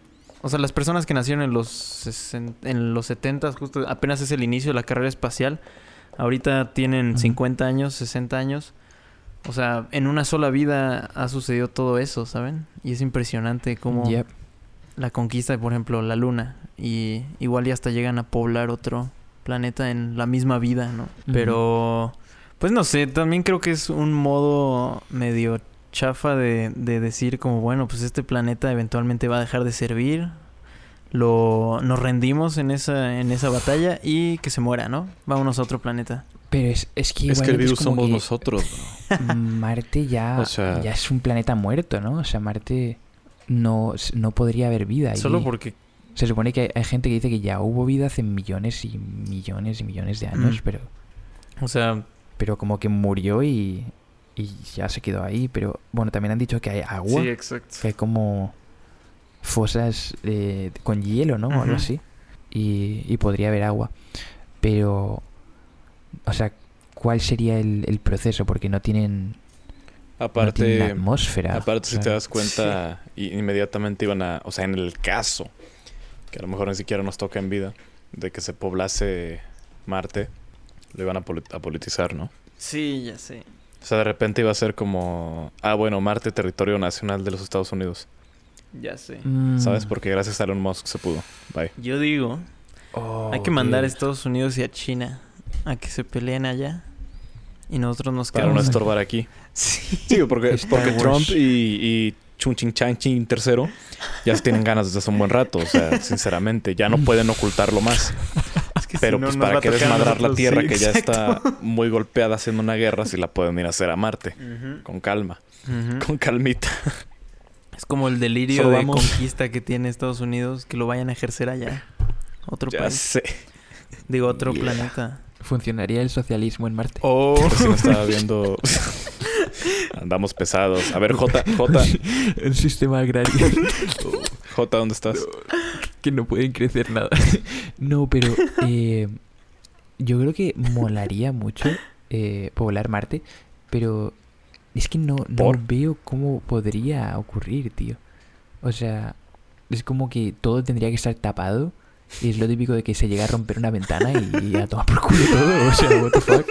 [SPEAKER 3] o sea, las personas que nacieron en los, sesen- en los 70, justo apenas es el inicio de la carrera espacial. Ahorita tienen
[SPEAKER 2] Ujú.
[SPEAKER 3] 50 años, 60 años. O sea, en una sola vida ha sucedido todo eso, ¿saben? Y es impresionante cómo
[SPEAKER 2] Yep.
[SPEAKER 3] la conquista de, por ejemplo, la Luna. Y igual y hasta llegan a poblar otro planeta en la misma vida, ¿no?
[SPEAKER 2] Ujú.
[SPEAKER 3] Pero, pues no sé, también creo que es un modo medio chafa de, de decir como, bueno, pues este planeta eventualmente va a dejar de servir. Lo, nos rendimos en esa, en esa batalla y que se muera, ¿no? Vámonos a otro planeta.
[SPEAKER 2] Pero es, es que
[SPEAKER 4] Es que el
[SPEAKER 2] igualmente
[SPEAKER 4] virus
[SPEAKER 2] como
[SPEAKER 4] somos
[SPEAKER 2] que
[SPEAKER 4] nosotros.
[SPEAKER 2] Marte ya,
[SPEAKER 4] O sea-
[SPEAKER 2] ya es un planeta muerto, ¿no? O sea, Marte no, no podría haber vida. ahí.
[SPEAKER 3] Solo porque...
[SPEAKER 2] Se supone que hay, hay gente que dice que ya hubo vida hace millones y millones y millones de años,
[SPEAKER 3] Mm.
[SPEAKER 2] pero,
[SPEAKER 3] O sea,
[SPEAKER 2] pero como que murió y, y ya se quedó ahí. Pero bueno, también han dicho que hay agua,
[SPEAKER 3] exacto.
[SPEAKER 2] que hay como fosas eh, con hielo, ¿no? O
[SPEAKER 3] Ujú.
[SPEAKER 2] algo así. Y, y podría haber agua. Pero, o sea, ¿cuál sería el, el proceso? Porque no tienen, no tienen
[SPEAKER 4] Aparte,
[SPEAKER 2] atmósfera.
[SPEAKER 4] aparte si
[SPEAKER 2] o
[SPEAKER 4] te
[SPEAKER 2] sea.
[SPEAKER 4] das cuenta, i- inmediatamente iban a... O sea, en el caso, que a lo mejor ni siquiera nos toca en vida, de que se poblase Marte, lo iban a, poli- a politizar, ¿no?
[SPEAKER 3] Sí, ya sé.
[SPEAKER 4] O sea, de repente iba a ser como... Ah, bueno, Marte, territorio nacional de los Estados Unidos.
[SPEAKER 3] Ya sé.
[SPEAKER 2] Mm.
[SPEAKER 4] ¿Sabes? Porque gracias a Elon Musk se pudo. Bye.
[SPEAKER 3] Yo digo
[SPEAKER 2] Oh,
[SPEAKER 3] Hay que mandar a
[SPEAKER 2] Dios.
[SPEAKER 3] Estados Unidos y a China a que se peleen allá y nosotros nos
[SPEAKER 4] Para no
[SPEAKER 3] quedamos. aquí.
[SPEAKER 4] estorbar aquí.
[SPEAKER 3] Sí.
[SPEAKER 4] Sí, porque,
[SPEAKER 2] Star
[SPEAKER 4] porque
[SPEAKER 2] Wars.
[SPEAKER 4] Trump y, y Chun Chin Chan Chin tercero ya se tienen ganas desde hace un buen rato. O sea, sinceramente, ya no pueden ocultarlo más.
[SPEAKER 3] Es que si
[SPEAKER 4] Pero
[SPEAKER 3] no,
[SPEAKER 4] pues
[SPEAKER 3] nos va
[SPEAKER 4] para
[SPEAKER 3] a
[SPEAKER 4] qué
[SPEAKER 3] tocar a
[SPEAKER 4] desmadrar la
[SPEAKER 3] nosotros,
[SPEAKER 4] Tierra
[SPEAKER 3] sí,
[SPEAKER 4] que ya
[SPEAKER 3] exacto.
[SPEAKER 4] está muy golpeada haciendo una guerra si la pueden ir a hacer a Marte.
[SPEAKER 3] Ujú,
[SPEAKER 4] Con calma,
[SPEAKER 3] ujú.
[SPEAKER 4] con calmita.
[SPEAKER 3] Es como el delirio
[SPEAKER 4] Solo
[SPEAKER 3] de
[SPEAKER 4] vamos-
[SPEAKER 3] conquista que tiene Estados Unidos que lo vayan a ejercer allá. Otro
[SPEAKER 4] Ya
[SPEAKER 3] país.
[SPEAKER 4] sé.
[SPEAKER 3] Digo, otro
[SPEAKER 2] Yeah.
[SPEAKER 3] planeta.
[SPEAKER 2] ¿Funcionaría el socialismo en Marte?
[SPEAKER 4] Oh. Recién estaba viendo. Andamos pesados. A ver, J, J,
[SPEAKER 2] El sistema agrario
[SPEAKER 4] J, ¿dónde estás?
[SPEAKER 2] que no pueden crecer nada. No, pero eh, yo creo que molaría mucho eh, poblar Marte, pero es que no, no
[SPEAKER 4] ¿Por?
[SPEAKER 2] veo cómo podría ocurrir, tío. O sea, es como que todo tendría que estar tapado. Y es lo típico de que se llega a romper una ventana y, y a tomar por culo todo. O sea, what the fuck.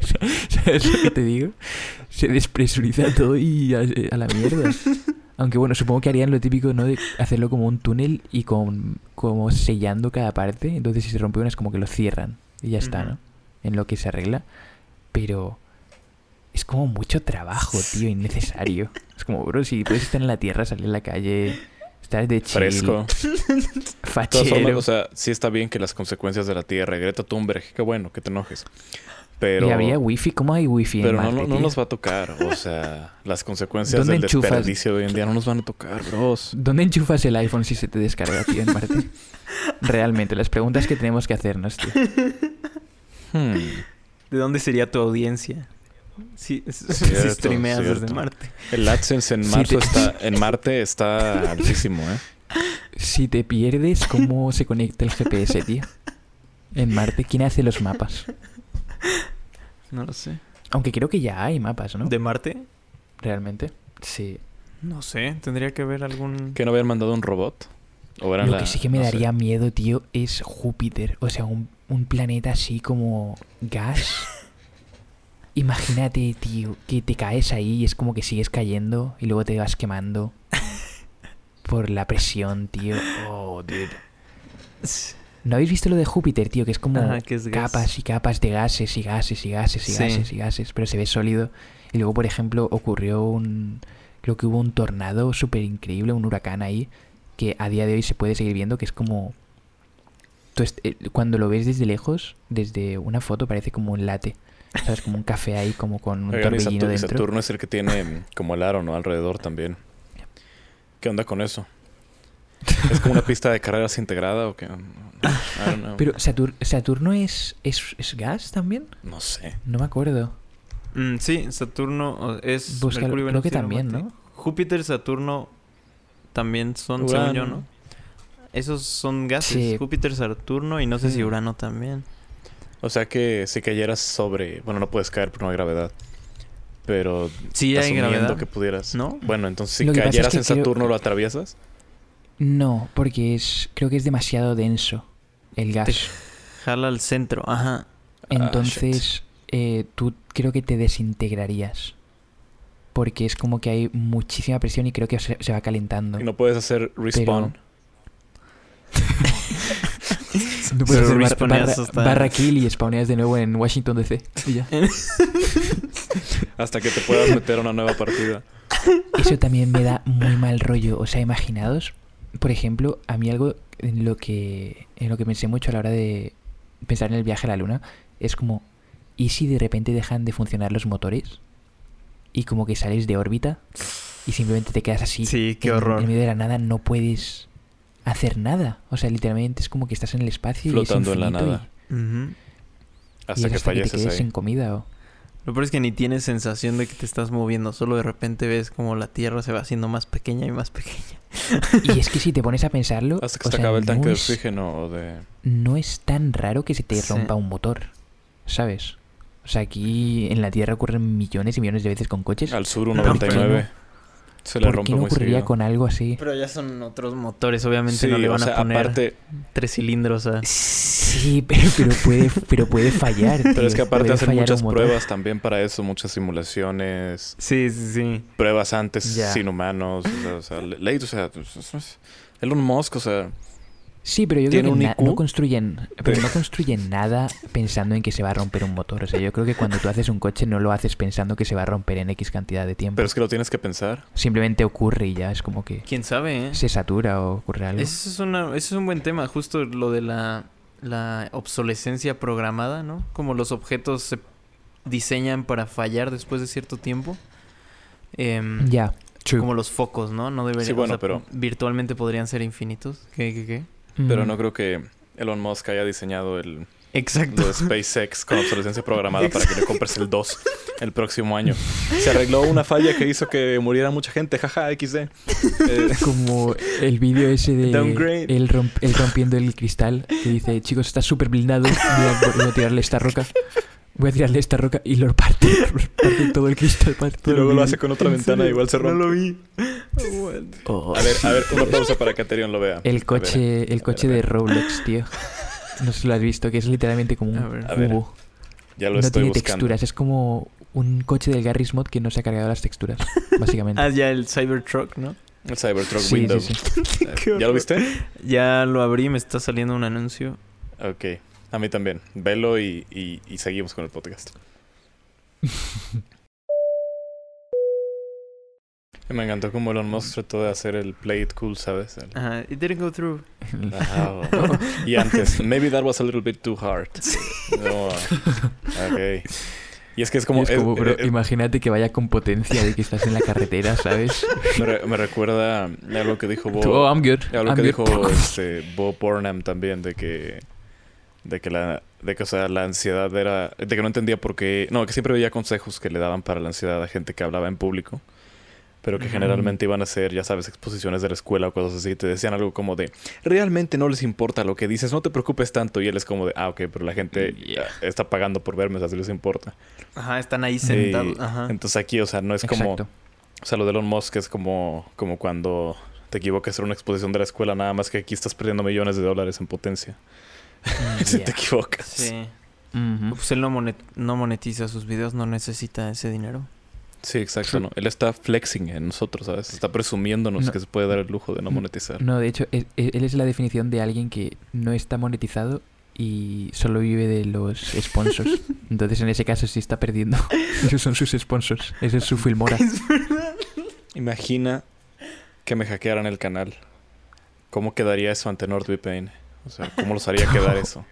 [SPEAKER 2] ¿Sabes lo que te digo? Se despresuriza todo y a, a la mierda. Aunque bueno, supongo que harían lo típico, ¿no? De hacerlo como un túnel y con como sellando cada parte. Entonces si se rompe una es como que lo cierran. Y ya está,
[SPEAKER 3] Ujú.
[SPEAKER 2] ¿no? En lo que se arregla. Pero es como mucho trabajo, tío, innecesario. Es como, bro, si puedes estar en la tierra, salir a la calle, estar de chill,
[SPEAKER 4] Fresco. De todas formas,
[SPEAKER 2] fachero.
[SPEAKER 4] o sea, sí está bien que las consecuencias de la Tierra, Greta Thunberg, qué bueno que te enojes. Pero.
[SPEAKER 2] Y habría wifi, ¿cómo hay wifi en
[SPEAKER 4] Pero no,
[SPEAKER 2] Marte,
[SPEAKER 4] no- no
[SPEAKER 2] tío?
[SPEAKER 4] nos va a tocar, o sea, las consecuencias
[SPEAKER 2] ¿Dónde
[SPEAKER 4] del
[SPEAKER 2] enchufas?
[SPEAKER 4] desperdicio de hoy en día no nos van a tocar, bros.
[SPEAKER 2] ¿Dónde enchufas el iPhone si se te descarga, tío, en Marte? Realmente, las preguntas que tenemos que hacernos, tío.
[SPEAKER 4] Hmm.
[SPEAKER 3] ¿De dónde sería tu audiencia? Si, si
[SPEAKER 4] Cierto,
[SPEAKER 3] streameas desde
[SPEAKER 4] cierto.
[SPEAKER 3] Marte.
[SPEAKER 4] El AdSense en
[SPEAKER 2] Sí,
[SPEAKER 4] marzo
[SPEAKER 2] te-
[SPEAKER 4] está, en Marte está altísimo, ¿eh?
[SPEAKER 2] Si te pierdes, ¿cómo se conecta el GPS, tío? En Marte, ¿quién hace los mapas?
[SPEAKER 3] No lo sé.
[SPEAKER 2] Aunque creo que ya hay mapas, ¿no?
[SPEAKER 3] ¿De Marte?
[SPEAKER 2] Realmente. Sí.
[SPEAKER 3] No sé. Tendría que haber algún...
[SPEAKER 4] Que no habían mandado un robot. O eran
[SPEAKER 2] Lo
[SPEAKER 4] la-
[SPEAKER 2] que sí que me
[SPEAKER 4] no sé.
[SPEAKER 2] daría miedo, tío, es Júpiter. O sea, un, un planeta así como gas. Imagínate, tío, que te caes ahí y es como que sigues cayendo y luego te vas quemando por la presión, tío. Oh, dude. ¿No habéis visto lo de Júpiter, tío? Que es como
[SPEAKER 3] Ajá, que es gas.
[SPEAKER 2] capas y capas de gases y gases y gases y
[SPEAKER 3] Sí.
[SPEAKER 2] gases y gases, pero se ve sólido. Y luego, por ejemplo, ocurrió un... Creo que hubo un tornado súper increíble, un huracán ahí, que a día de hoy se puede seguir viendo, que es como... tú est- eh, cuando lo ves desde lejos, desde una foto parece como un latte. ¿Sabes? Como un café ahí, como con un
[SPEAKER 4] Oigan, y Satu- y
[SPEAKER 2] torbellino
[SPEAKER 4] Saturno,
[SPEAKER 2] dentro.
[SPEAKER 4] es el que tiene mm, como el aro, ¿no? Alrededor también. ¿Qué onda con eso? ¿Es como una pista de carreras integrada o qué? No, no, I don't know.
[SPEAKER 2] Pero Satur- Saturno es, es, es gas también?
[SPEAKER 4] No sé.
[SPEAKER 2] No me acuerdo.
[SPEAKER 3] Mm, sí, Saturno o- es
[SPEAKER 2] Búscalo.
[SPEAKER 3] Mercurio,
[SPEAKER 2] Creo que
[SPEAKER 3] Venus,
[SPEAKER 2] también,
[SPEAKER 3] Marte.
[SPEAKER 2] ¿no?
[SPEAKER 3] Júpiter, Saturno también son, según yo,
[SPEAKER 4] Urano.
[SPEAKER 3] ¿no? Esos son gases.
[SPEAKER 2] Sí.
[SPEAKER 3] Júpiter, Saturno y no sé si
[SPEAKER 2] Sí.
[SPEAKER 3] Urano también.
[SPEAKER 4] O sea que si cayeras sobre. Bueno, no puedes caer porque no hay gravedad. Pero
[SPEAKER 3] Sí, hay
[SPEAKER 4] asumiendo
[SPEAKER 3] gravedad.
[SPEAKER 4] que pudieras.
[SPEAKER 3] ¿No?
[SPEAKER 4] Bueno, entonces si
[SPEAKER 2] Lo que pasa es
[SPEAKER 4] cayeras
[SPEAKER 2] que
[SPEAKER 4] en
[SPEAKER 2] creo-
[SPEAKER 4] Saturno, ¿lo atraviesas?
[SPEAKER 2] No, porque es creo que es demasiado denso el gas.
[SPEAKER 3] Jala al centro, ajá.
[SPEAKER 2] Entonces, eh, tú creo que te desintegrarías. Porque es como que hay muchísima presión y creo que se, se va calentando.
[SPEAKER 4] Y no puedes hacer respawn.
[SPEAKER 2] No
[SPEAKER 3] puedes
[SPEAKER 2] puedes
[SPEAKER 3] hacer
[SPEAKER 2] hacer
[SPEAKER 3] bar-
[SPEAKER 2] barra,
[SPEAKER 3] spawneas hasta-
[SPEAKER 2] kill y spawneas de nuevo en Washington DC. y ya.
[SPEAKER 4] Hasta que te puedas meter a una nueva partida.
[SPEAKER 2] Eso también me da muy mal rollo. O sea, imaginados, por ejemplo, a mí algo en lo que, en lo que pensé mucho a la hora de pensar en el viaje a la luna es como, ¿y si de repente dejan de funcionar los motores? Y como que sales de órbita y simplemente te quedas así.
[SPEAKER 3] Sí, qué
[SPEAKER 2] en-
[SPEAKER 3] horror.
[SPEAKER 2] En medio de la nada no puedes hacer nada. O sea, literalmente es como que estás en el espacio. y es
[SPEAKER 4] Flotando en la
[SPEAKER 2] infinito y-
[SPEAKER 4] nada.
[SPEAKER 3] Ujú.
[SPEAKER 2] Y,
[SPEAKER 4] Hasta
[SPEAKER 2] es
[SPEAKER 4] que
[SPEAKER 2] hasta que, te
[SPEAKER 4] falleces
[SPEAKER 2] quedes
[SPEAKER 4] ahí.
[SPEAKER 2] sin comida. O...
[SPEAKER 3] Lo peor es que ni tienes sensación de que te estás moviendo, solo de repente ves como la Tierra se va haciendo más pequeña y más pequeña.
[SPEAKER 2] Y es que si te pones a pensarlo.
[SPEAKER 4] Hasta que
[SPEAKER 2] o
[SPEAKER 4] se
[SPEAKER 2] sea,
[SPEAKER 4] acabe el
[SPEAKER 2] no
[SPEAKER 4] tanque de
[SPEAKER 2] es-
[SPEAKER 4] oxígeno o de.
[SPEAKER 2] no es tan raro que se te
[SPEAKER 3] Sí.
[SPEAKER 2] rompa un motor, ¿sabes? O sea, aquí en la Tierra ocurren millones y millones de veces con coches.
[SPEAKER 4] Al sur
[SPEAKER 3] ¿por qué no?
[SPEAKER 4] 99. Se le
[SPEAKER 2] ¿Por qué
[SPEAKER 4] rompe
[SPEAKER 2] no
[SPEAKER 4] muy
[SPEAKER 2] ocurriría
[SPEAKER 4] seguido.
[SPEAKER 2] con algo así?
[SPEAKER 3] Pero ya son otros motores, obviamente
[SPEAKER 4] Sí,
[SPEAKER 3] no le
[SPEAKER 4] o
[SPEAKER 3] van
[SPEAKER 4] sea,
[SPEAKER 3] a poner
[SPEAKER 4] aparte,
[SPEAKER 3] tres cilindros a...
[SPEAKER 2] Sí, pero, pero puede, pero puede fallar.
[SPEAKER 4] pero es
[SPEAKER 2] tío,
[SPEAKER 4] que aparte
[SPEAKER 2] puede
[SPEAKER 4] hacen
[SPEAKER 2] fallar
[SPEAKER 4] muchas
[SPEAKER 2] un motor.
[SPEAKER 4] pruebas también para eso, muchas simulaciones,
[SPEAKER 3] Sí, sí, sí.
[SPEAKER 4] pruebas antes
[SPEAKER 3] Ya.
[SPEAKER 4] sin humanos, o sea, o sea, le- late, o sea, pues, es- es- es- Elon Musk, o sea,
[SPEAKER 2] Sí, pero yo creo
[SPEAKER 4] ¿Tiene
[SPEAKER 2] que
[SPEAKER 4] un
[SPEAKER 2] na-
[SPEAKER 4] IQ?
[SPEAKER 2] no, construyen, pero no construyen nada pensando en que se va a romper un motor. O sea, yo creo que cuando tú haces un coche no lo haces pensando que se va a romper en X cantidad de tiempo.
[SPEAKER 4] pero es que lo tienes que pensar.
[SPEAKER 2] Simplemente ocurre y ya es como que
[SPEAKER 3] ¿Quién sabe, eh?
[SPEAKER 2] se satura o ocurre algo.
[SPEAKER 3] Eso es, una, eso es un buen tema, justo lo de la, la obsolescencia programada, ¿no? Como los objetos se diseñan para fallar después de cierto tiempo. Em,
[SPEAKER 2] Ya, true.
[SPEAKER 3] Como los focos, ¿no? No deberían
[SPEAKER 4] Sí, bueno, pero-
[SPEAKER 3] Virtualmente podrían ser infinitos. ¿Qué, qué, qué?
[SPEAKER 4] Pero
[SPEAKER 2] Mm.
[SPEAKER 4] no creo que Elon Musk haya diseñado el
[SPEAKER 3] Exacto.
[SPEAKER 4] lo de SpaceX con obsolescencia programada para que le compres el 2 el próximo año. Se arregló una falla que hizo que muriera mucha gente, jaja, XD. Eh,
[SPEAKER 2] Como el vídeo ese de
[SPEAKER 3] Downgrade.
[SPEAKER 2] él, romp- él rompiendo el cristal que dice, chicos, está súper blindado, voy a, voy a tirarle esta roca. Voy a tirarle esta roca y lo parte, parte todo el cristal. parte
[SPEAKER 4] y
[SPEAKER 2] todo el
[SPEAKER 4] luego lo
[SPEAKER 2] vidrio.
[SPEAKER 4] hace con otra ventana, igual se rompe.
[SPEAKER 3] lo vi.
[SPEAKER 2] Oh,
[SPEAKER 4] A ver, a ver, una pausa para que Aterion lo vea.
[SPEAKER 2] el
[SPEAKER 4] A ver,
[SPEAKER 2] coche, el coche de Roblox, tío. No sé si lo has visto, que es literalmente como un
[SPEAKER 3] A ver.
[SPEAKER 4] A ver,
[SPEAKER 2] cubo.
[SPEAKER 4] ya lo
[SPEAKER 2] No
[SPEAKER 4] estoy
[SPEAKER 2] tiene
[SPEAKER 4] buscando.
[SPEAKER 2] texturas, es como un coche del Garry's Mod que no se ha cargado las texturas, básicamente.
[SPEAKER 3] Ah, ya el Cybertruck, ¿no?
[SPEAKER 4] El Cybertruck
[SPEAKER 2] Sí, sí,
[SPEAKER 4] Windows.
[SPEAKER 2] sí.
[SPEAKER 4] ¿Ya lo viste?
[SPEAKER 3] Ya lo abrí, me está saliendo un anuncio.
[SPEAKER 4] Ok. A mí también. Velo y, y- y seguimos con el podcast. Me encantó cómo Elon Musk trató de hacer el play it cool, ¿sabes? El-
[SPEAKER 3] Ajá, it didn't go through.
[SPEAKER 4] Ajá, o- y antes, maybe that was a little bit too hard. No, ok. Y es que es como...
[SPEAKER 2] Es
[SPEAKER 4] es-
[SPEAKER 2] como, bro,
[SPEAKER 4] eh, eh,
[SPEAKER 2] imagínate que vaya con potencia de que estás en la carretera, ¿sabes?
[SPEAKER 4] me, re- me recuerda a lo que dijo Bo.
[SPEAKER 2] Tú, oh, I'm good.
[SPEAKER 4] Algo
[SPEAKER 2] I'm
[SPEAKER 4] que
[SPEAKER 2] good.
[SPEAKER 4] dijo este, Bob Burnham también de que de que la de que o sea, la ansiedad era de que no entendía por qué, no, que siempre veía consejos que le daban para la ansiedad a gente que hablaba en público, pero que
[SPEAKER 2] Ujú.
[SPEAKER 4] generalmente iban a hacer, ya sabes, exposiciones de la escuela o cosas así, y te decían algo como de, "Realmente no les importa lo que dices, no te preocupes tanto." Y él es como de, "Ah, ok, pero la gente
[SPEAKER 2] Mm, Yeah.
[SPEAKER 4] ah, está pagando por verme, o sea, sí les importa."
[SPEAKER 3] Ajá, están ahí sentados.
[SPEAKER 4] Y
[SPEAKER 3] Ajá.
[SPEAKER 4] Entonces aquí, o sea, no es como
[SPEAKER 2] Exacto.
[SPEAKER 4] o sea, lo de Elon Musk es como, como cuando te equivocas en una exposición de la escuela, nada más que aquí estás perdiendo millones de dólares en potencia.
[SPEAKER 2] Mm,
[SPEAKER 4] si te equivocas. Sí.
[SPEAKER 3] Sí.
[SPEAKER 2] Ujú.
[SPEAKER 3] Pues él no, monet- no monetiza sus videos, no necesita ese dinero.
[SPEAKER 4] exacto. ¿no? Él está flexing en nosotros, ¿sabes? Está presumiéndonos
[SPEAKER 2] No.
[SPEAKER 4] que se puede dar el lujo de no monetizar.
[SPEAKER 2] No, de hecho, e- e- él es la definición de alguien que no está monetizado y solo vive de los sponsors. Entonces, en ese caso, sí está perdiendo. Esos son sus sponsors. Ese es su Filmora.
[SPEAKER 4] Imagina que me hackearan el canal. ¿Cómo quedaría eso ante NordVPN? O sea, ¿cómo los haría quedar eso?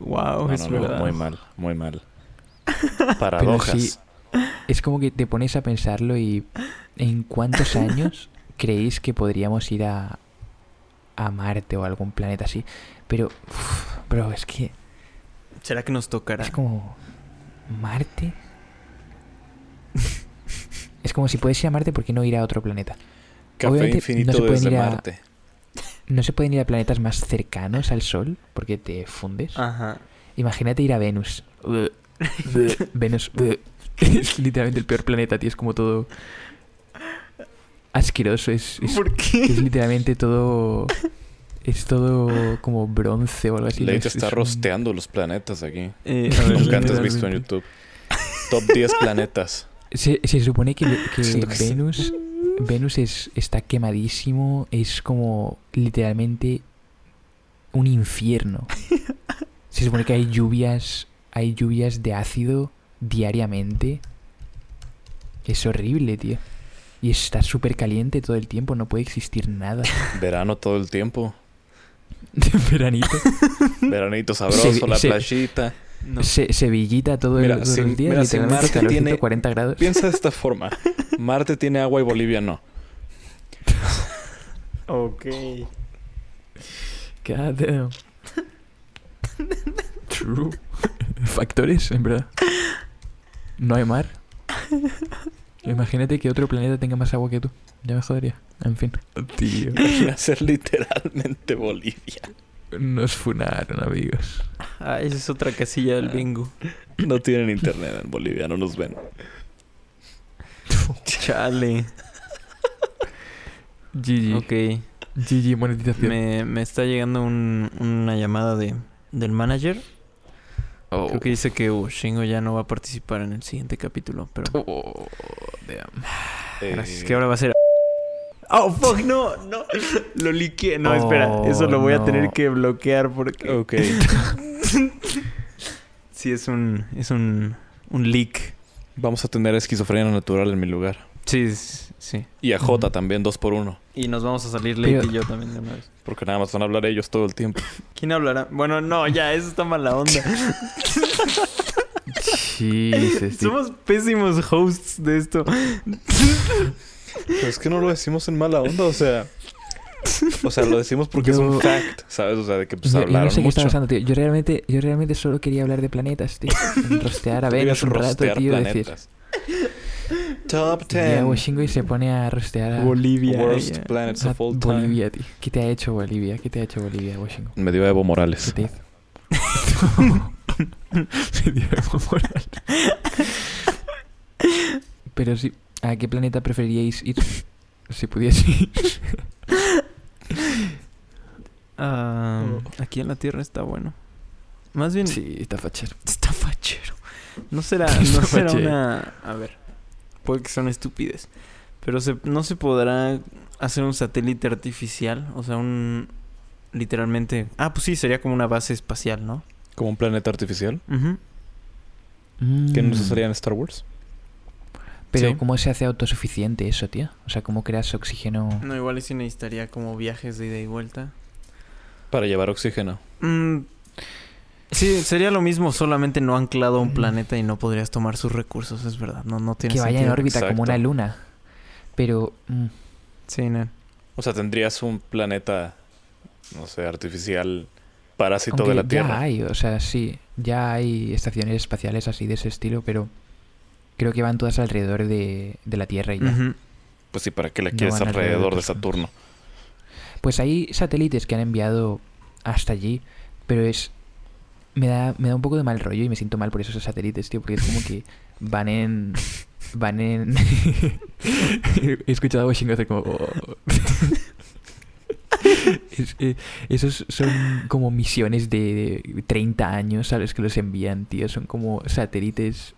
[SPEAKER 3] Wow,
[SPEAKER 4] No,
[SPEAKER 3] es
[SPEAKER 4] no, no,
[SPEAKER 3] verdad.
[SPEAKER 4] muy mal, muy mal.
[SPEAKER 2] Oh, Pero
[SPEAKER 4] Paradojas.
[SPEAKER 2] sí, es como que te pones a pensarlo y ¿en cuántos años creéis que podríamos ir a, a Marte o a algún planeta así? Pero, uf, bro, es que
[SPEAKER 3] ¿Será que nos tocará?
[SPEAKER 2] es como Marte. es como si puedes ir a Marte, ¿por qué no ir a otro planeta?
[SPEAKER 4] Café
[SPEAKER 2] obviamente no
[SPEAKER 4] infinito
[SPEAKER 2] se pueden
[SPEAKER 4] desde
[SPEAKER 2] ir a-
[SPEAKER 4] Marte.
[SPEAKER 2] ¿No se pueden ir a planetas más cercanos al Sol porque te fundes?
[SPEAKER 3] Ajá.
[SPEAKER 2] Imagínate ir a Venus. Venus. es literalmente el peor planeta, tío. Es como todo. Asqueroso. Es, es,
[SPEAKER 3] ¿Por
[SPEAKER 2] es
[SPEAKER 3] qué?
[SPEAKER 2] literalmente todo. Es todo como bronce o algo así.
[SPEAKER 4] Leite
[SPEAKER 2] Es-
[SPEAKER 4] está
[SPEAKER 2] es un-
[SPEAKER 4] rosteando los planetas aquí.
[SPEAKER 3] Eh, a ver,
[SPEAKER 4] Nunca antes
[SPEAKER 3] literalmente.
[SPEAKER 4] visto en YouTube. Top 10 planetas.
[SPEAKER 2] Se, se supone que, que
[SPEAKER 4] Ah, Siento que sí.
[SPEAKER 2] Venus. Venus es, está quemadísimo. Es como literalmente un infierno. Se supone que hay lluvias. Hay lluvias de ácido diariamente. Es horrible, tío. Y está súper caliente todo el tiempo, no puede existir nada.
[SPEAKER 4] Verano todo el tiempo.
[SPEAKER 2] De veranito.
[SPEAKER 4] Veranito sabroso,
[SPEAKER 2] Sí,
[SPEAKER 4] la
[SPEAKER 2] sí.
[SPEAKER 4] playita.
[SPEAKER 3] No.
[SPEAKER 2] Se- Sevillita todo el,
[SPEAKER 4] Mira,
[SPEAKER 2] todo
[SPEAKER 4] si-
[SPEAKER 2] el día,
[SPEAKER 4] mira, si
[SPEAKER 2] literalmente
[SPEAKER 4] Marte
[SPEAKER 2] calorcito,
[SPEAKER 4] tiene-
[SPEAKER 2] 40 grados.
[SPEAKER 4] Piensa de esta forma. Marte tiene agua y Bolivia no.
[SPEAKER 3] Ok.
[SPEAKER 2] God damn. True. Factores, en verdad. No hay mar. Imagínate que otro planeta tenga más agua que tú. Ya me jodería. En fin. Tío.
[SPEAKER 4] Imagina ser literalmente Bolivia.
[SPEAKER 2] Nos funaron, amigos.
[SPEAKER 3] Ah, esa es otra casilla del bingo.
[SPEAKER 4] No tienen internet en Bolivia, no nos ven.
[SPEAKER 3] Chale.
[SPEAKER 2] GG.
[SPEAKER 3] Ok.
[SPEAKER 2] GG, monetización.
[SPEAKER 3] Me, me está llegando un- una llamada de, del manager.
[SPEAKER 2] Oh.
[SPEAKER 3] Creo que dice que uh, Shingo ya no va a participar en el siguiente capítulo. Pero
[SPEAKER 2] Oh, damn.
[SPEAKER 3] gracias.
[SPEAKER 4] Eh,
[SPEAKER 3] Que ahora va a ser. Oh, fuck, no, no. Lo liqué. No, espera.
[SPEAKER 2] Oh,
[SPEAKER 3] Eso lo voy a tener
[SPEAKER 2] no.
[SPEAKER 3] que bloquear porque.
[SPEAKER 4] Ok.
[SPEAKER 3] Sí, es un. Es un. Un leak.
[SPEAKER 4] Vamos a tener esquizofrenia natural en mi lugar.
[SPEAKER 3] Sí, es- sí.
[SPEAKER 4] Y a Jota también, dos por uno.
[SPEAKER 3] Y nos vamos a salir late
[SPEAKER 2] Pero-
[SPEAKER 3] y yo también de una vez.
[SPEAKER 4] Porque nada más van a hablar ellos todo el tiempo.
[SPEAKER 3] ¿Quién hablará? Bueno, no, ya, eso está mala onda.
[SPEAKER 2] Jesus, tío.
[SPEAKER 3] Somos pésimos hosts de esto.
[SPEAKER 4] Pero es que no lo decimos en mala onda, o sea. O sea, lo decimos porque es un
[SPEAKER 2] Yo-
[SPEAKER 4] fact, ¿sabes? O sea, de que pues
[SPEAKER 2] Yo- yo,
[SPEAKER 4] hablaron
[SPEAKER 2] no sé qué está
[SPEAKER 4] mucho.
[SPEAKER 2] pasando, tío. Yo realmente, yo realmente solo quería hablar de planetas, tío. Rostear a
[SPEAKER 4] Querías
[SPEAKER 2] Venus un rato,
[SPEAKER 4] rostear
[SPEAKER 2] tío. Decir, "Pues
[SPEAKER 4] planetas. Top
[SPEAKER 2] llega
[SPEAKER 4] 10
[SPEAKER 2] Washingo y se pone a rostear
[SPEAKER 3] Ah.
[SPEAKER 2] a,
[SPEAKER 3] Bolivia.
[SPEAKER 4] worst
[SPEAKER 3] ya.
[SPEAKER 4] planets
[SPEAKER 2] a
[SPEAKER 4] of all time.
[SPEAKER 2] Bolivia, tío. ¿Qué te ha hecho Bolivia? ¿Qué te ha hecho Bolivia, Washingo?
[SPEAKER 4] Me dio Evo
[SPEAKER 2] ¿Qué
[SPEAKER 4] Morales.
[SPEAKER 2] te hizo? Me dio Evo Morales. Pero sí, ¿a qué planeta preferiríais ir? Si pudieseis.
[SPEAKER 3] Ah, aquí en la Tierra está bueno. Más bien,
[SPEAKER 2] Sí, está fachero.
[SPEAKER 3] está fachero. No será,
[SPEAKER 2] Está
[SPEAKER 3] no será
[SPEAKER 2] fachero.
[SPEAKER 3] una... A ver, puede que son estúpides. Pero se- no se podrá hacer un satélite artificial. O sea, un... Literalmente... Ah, pues sí, sería como una base espacial, ¿no?
[SPEAKER 4] Como un planeta artificial.
[SPEAKER 3] Ujú.
[SPEAKER 4] ¿Que no
[SPEAKER 2] Mm.
[SPEAKER 4] se usaría en Star Wars?
[SPEAKER 2] Pero
[SPEAKER 3] Sí.
[SPEAKER 2] ¿cómo se hace autosuficiente eso, tío? O sea, ¿cómo creas oxígeno?
[SPEAKER 3] No, igual y sí necesitaría como viajes de ida y vuelta.
[SPEAKER 4] Para llevar oxígeno.
[SPEAKER 3] Mm, sí, sería lo mismo, solamente no anclado a un planeta y no podrías tomar sus recursos, es verdad. No, no tiene
[SPEAKER 2] Mm. que vaya en
[SPEAKER 3] sentido.
[SPEAKER 2] órbita como una
[SPEAKER 4] exacto.
[SPEAKER 2] luna. Pero mm,
[SPEAKER 3] Sí, no.
[SPEAKER 4] O sea, tendrías un planeta, no sé, artificial parásito
[SPEAKER 2] aunque
[SPEAKER 4] de la
[SPEAKER 2] ya
[SPEAKER 4] Tierra.
[SPEAKER 2] hay, o sea, sí, ya hay estaciones espaciales así de ese estilo, pero creo que van todas alrededor de, de la Tierra y ya.
[SPEAKER 3] Ujú.
[SPEAKER 4] Pues sí, ¿para qué la
[SPEAKER 2] No
[SPEAKER 4] quieres
[SPEAKER 2] van alrededor de
[SPEAKER 4] alrededor de
[SPEAKER 2] otros
[SPEAKER 4] Saturno?
[SPEAKER 2] Pues hay satélites que han enviado hasta allí, pero es me da me da un poco de mal rollo y me siento mal por esos satélites, tío, porque es como que van en van en he escuchado a Washington hacer como "Oh". Es- eh, esos son como misiones de 30 años, ¿sabes? Que los envían, tío. Son como satélites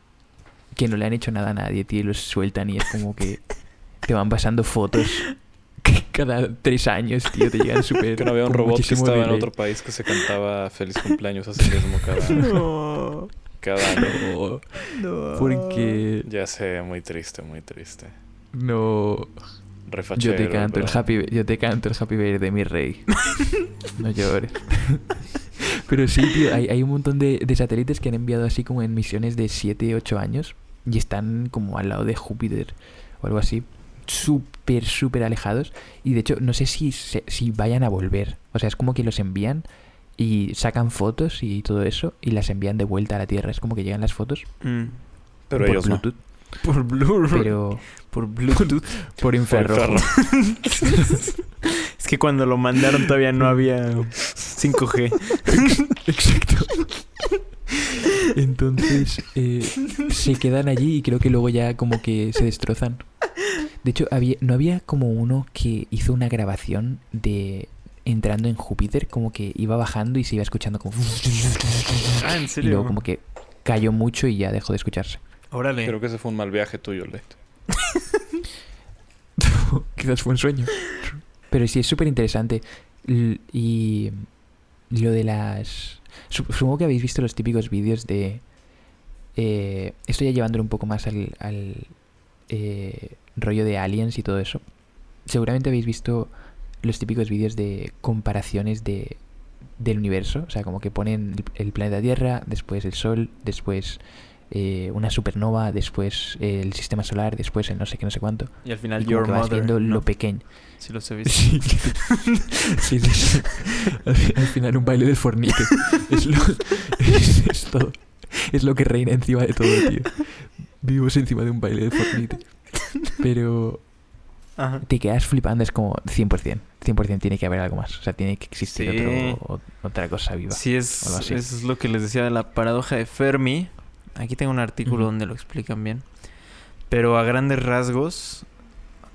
[SPEAKER 2] que no le han hecho nada a nadie, tío. Y los sueltan y es como que te van pasando fotos cada tres años, tío. Te llegan súper.
[SPEAKER 4] Que no había un
[SPEAKER 2] con
[SPEAKER 4] robot que
[SPEAKER 2] muchísimo
[SPEAKER 4] estaba en
[SPEAKER 2] delay.
[SPEAKER 4] otro país que se cantaba feliz cumpleaños a sí mismo cada,
[SPEAKER 2] Oh.
[SPEAKER 3] No,
[SPEAKER 4] cada año.
[SPEAKER 2] No,
[SPEAKER 3] no.
[SPEAKER 2] porque
[SPEAKER 4] Ya sé, muy triste, muy triste.
[SPEAKER 2] no.
[SPEAKER 4] refachero.
[SPEAKER 2] Yo te canto el
[SPEAKER 4] pero-
[SPEAKER 2] happy, yo te canto el happy birthday, mi rey. No llores. Pero sí, tío, hay, hay un montón de, de satélites que han enviado así como en misiones de 7, 8 años y están como al lado de Júpiter o algo así. Súper, súper alejados. Y de hecho, no sé si, se- si vayan a volver. O sea, es como que los envían y sacan fotos y todo eso y las envían de vuelta a la Tierra. Es como que llegan las fotos
[SPEAKER 3] Mm.
[SPEAKER 4] Pero
[SPEAKER 2] por
[SPEAKER 4] ellos no.
[SPEAKER 2] Bluetooth,
[SPEAKER 3] Por Bluetooth.
[SPEAKER 2] pero
[SPEAKER 3] Por Bluetooth.
[SPEAKER 2] por
[SPEAKER 4] Por
[SPEAKER 2] infrarrojo.
[SPEAKER 4] infrarrojo.
[SPEAKER 3] es que cuando lo mandaron todavía no había 5G.
[SPEAKER 2] Exacto. Entonces eh, se quedan allí y creo que luego ya como que se destrozan. De hecho, había, no había como uno que hizo una grabación de entrando en Júpiter, como que iba bajando y se iba escuchando como...
[SPEAKER 3] Ah, en
[SPEAKER 2] Y
[SPEAKER 3] serio.
[SPEAKER 2] luego como que cayó mucho y ya dejó de escucharse.
[SPEAKER 3] Órale.
[SPEAKER 4] Creo que ese fue un mal viaje tuyo, Late.
[SPEAKER 2] Quizás fue un sueño. Pero sí, es súper interesante. L- Y lo de las... sup- Supongo que habéis visto los típicos vídeos de... eh, esto ya llevándolo un poco más al, al, eh, rollo de aliens y todo eso. Seguramente habéis visto los típicos vídeos de comparaciones de, del universo. O sea, como que ponen el, el planeta Tierra, después el Sol, después eh, una supernova, después el sistema solar, después el no sé qué, no sé cuánto.
[SPEAKER 3] Y al
[SPEAKER 2] Y
[SPEAKER 3] final,
[SPEAKER 2] como
[SPEAKER 3] Your
[SPEAKER 2] que vas
[SPEAKER 3] Mother.
[SPEAKER 2] viendo
[SPEAKER 3] ¿no?
[SPEAKER 2] lo pequeño.
[SPEAKER 3] Sí, lo sabes.
[SPEAKER 2] Sí, sí, sí, sí. Al, fi- al final un baile del fornique. Es lo, es, es todo. Es lo que reina encima de todo, tío. Vivimos encima de un baile de fornique. Pero
[SPEAKER 3] Ajá.
[SPEAKER 2] te quedas flipando, es como 100%. 100% tiene que haber algo más. O sea, tiene que existir
[SPEAKER 3] Sí.
[SPEAKER 2] otro- o- otra cosa viva.
[SPEAKER 3] Sí, es,
[SPEAKER 2] Algo así.
[SPEAKER 3] eso es lo que les decía de la paradoja de Fermi. Aquí tengo un artículo
[SPEAKER 2] Ujú.
[SPEAKER 3] donde lo explican bien. Pero a grandes rasgos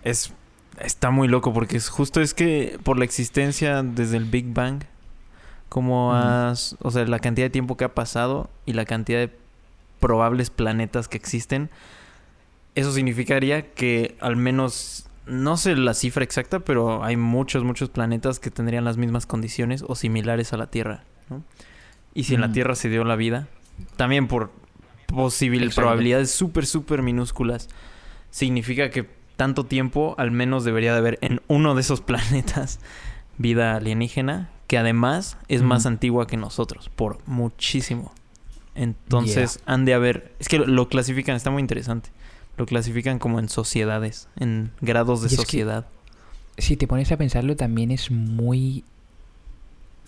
[SPEAKER 3] es está muy loco porque es justo es que por la existencia desde el Big Bang como
[SPEAKER 2] Ujú.
[SPEAKER 3] has- o sea, la cantidad de tiempo que ha pasado y la cantidad de probables planetas que existen, eso significaría que al menos no sé la cifra exacta, pero hay muchos, muchos planetas que tendrían las mismas condiciones o similares a la Tierra. ¿no? Y si en la
[SPEAKER 2] Mm.
[SPEAKER 3] Tierra se dio la vida, también por posible
[SPEAKER 2] Exacto.
[SPEAKER 3] probabilidades súper, súper minúsculas, significa que tanto tiempo al menos debería de haber en uno de esos planetas vida alienígena, que además es más
[SPEAKER 2] Ujú.
[SPEAKER 3] antigua que nosotros, por muchísimo. Entonces han de haber, es que lo, lo clasifican, está muy interesante. Lo clasifican como en sociedades, en grados de
[SPEAKER 2] Y es que-
[SPEAKER 3] sociedad.
[SPEAKER 2] si te pones a pensarlo, también es muy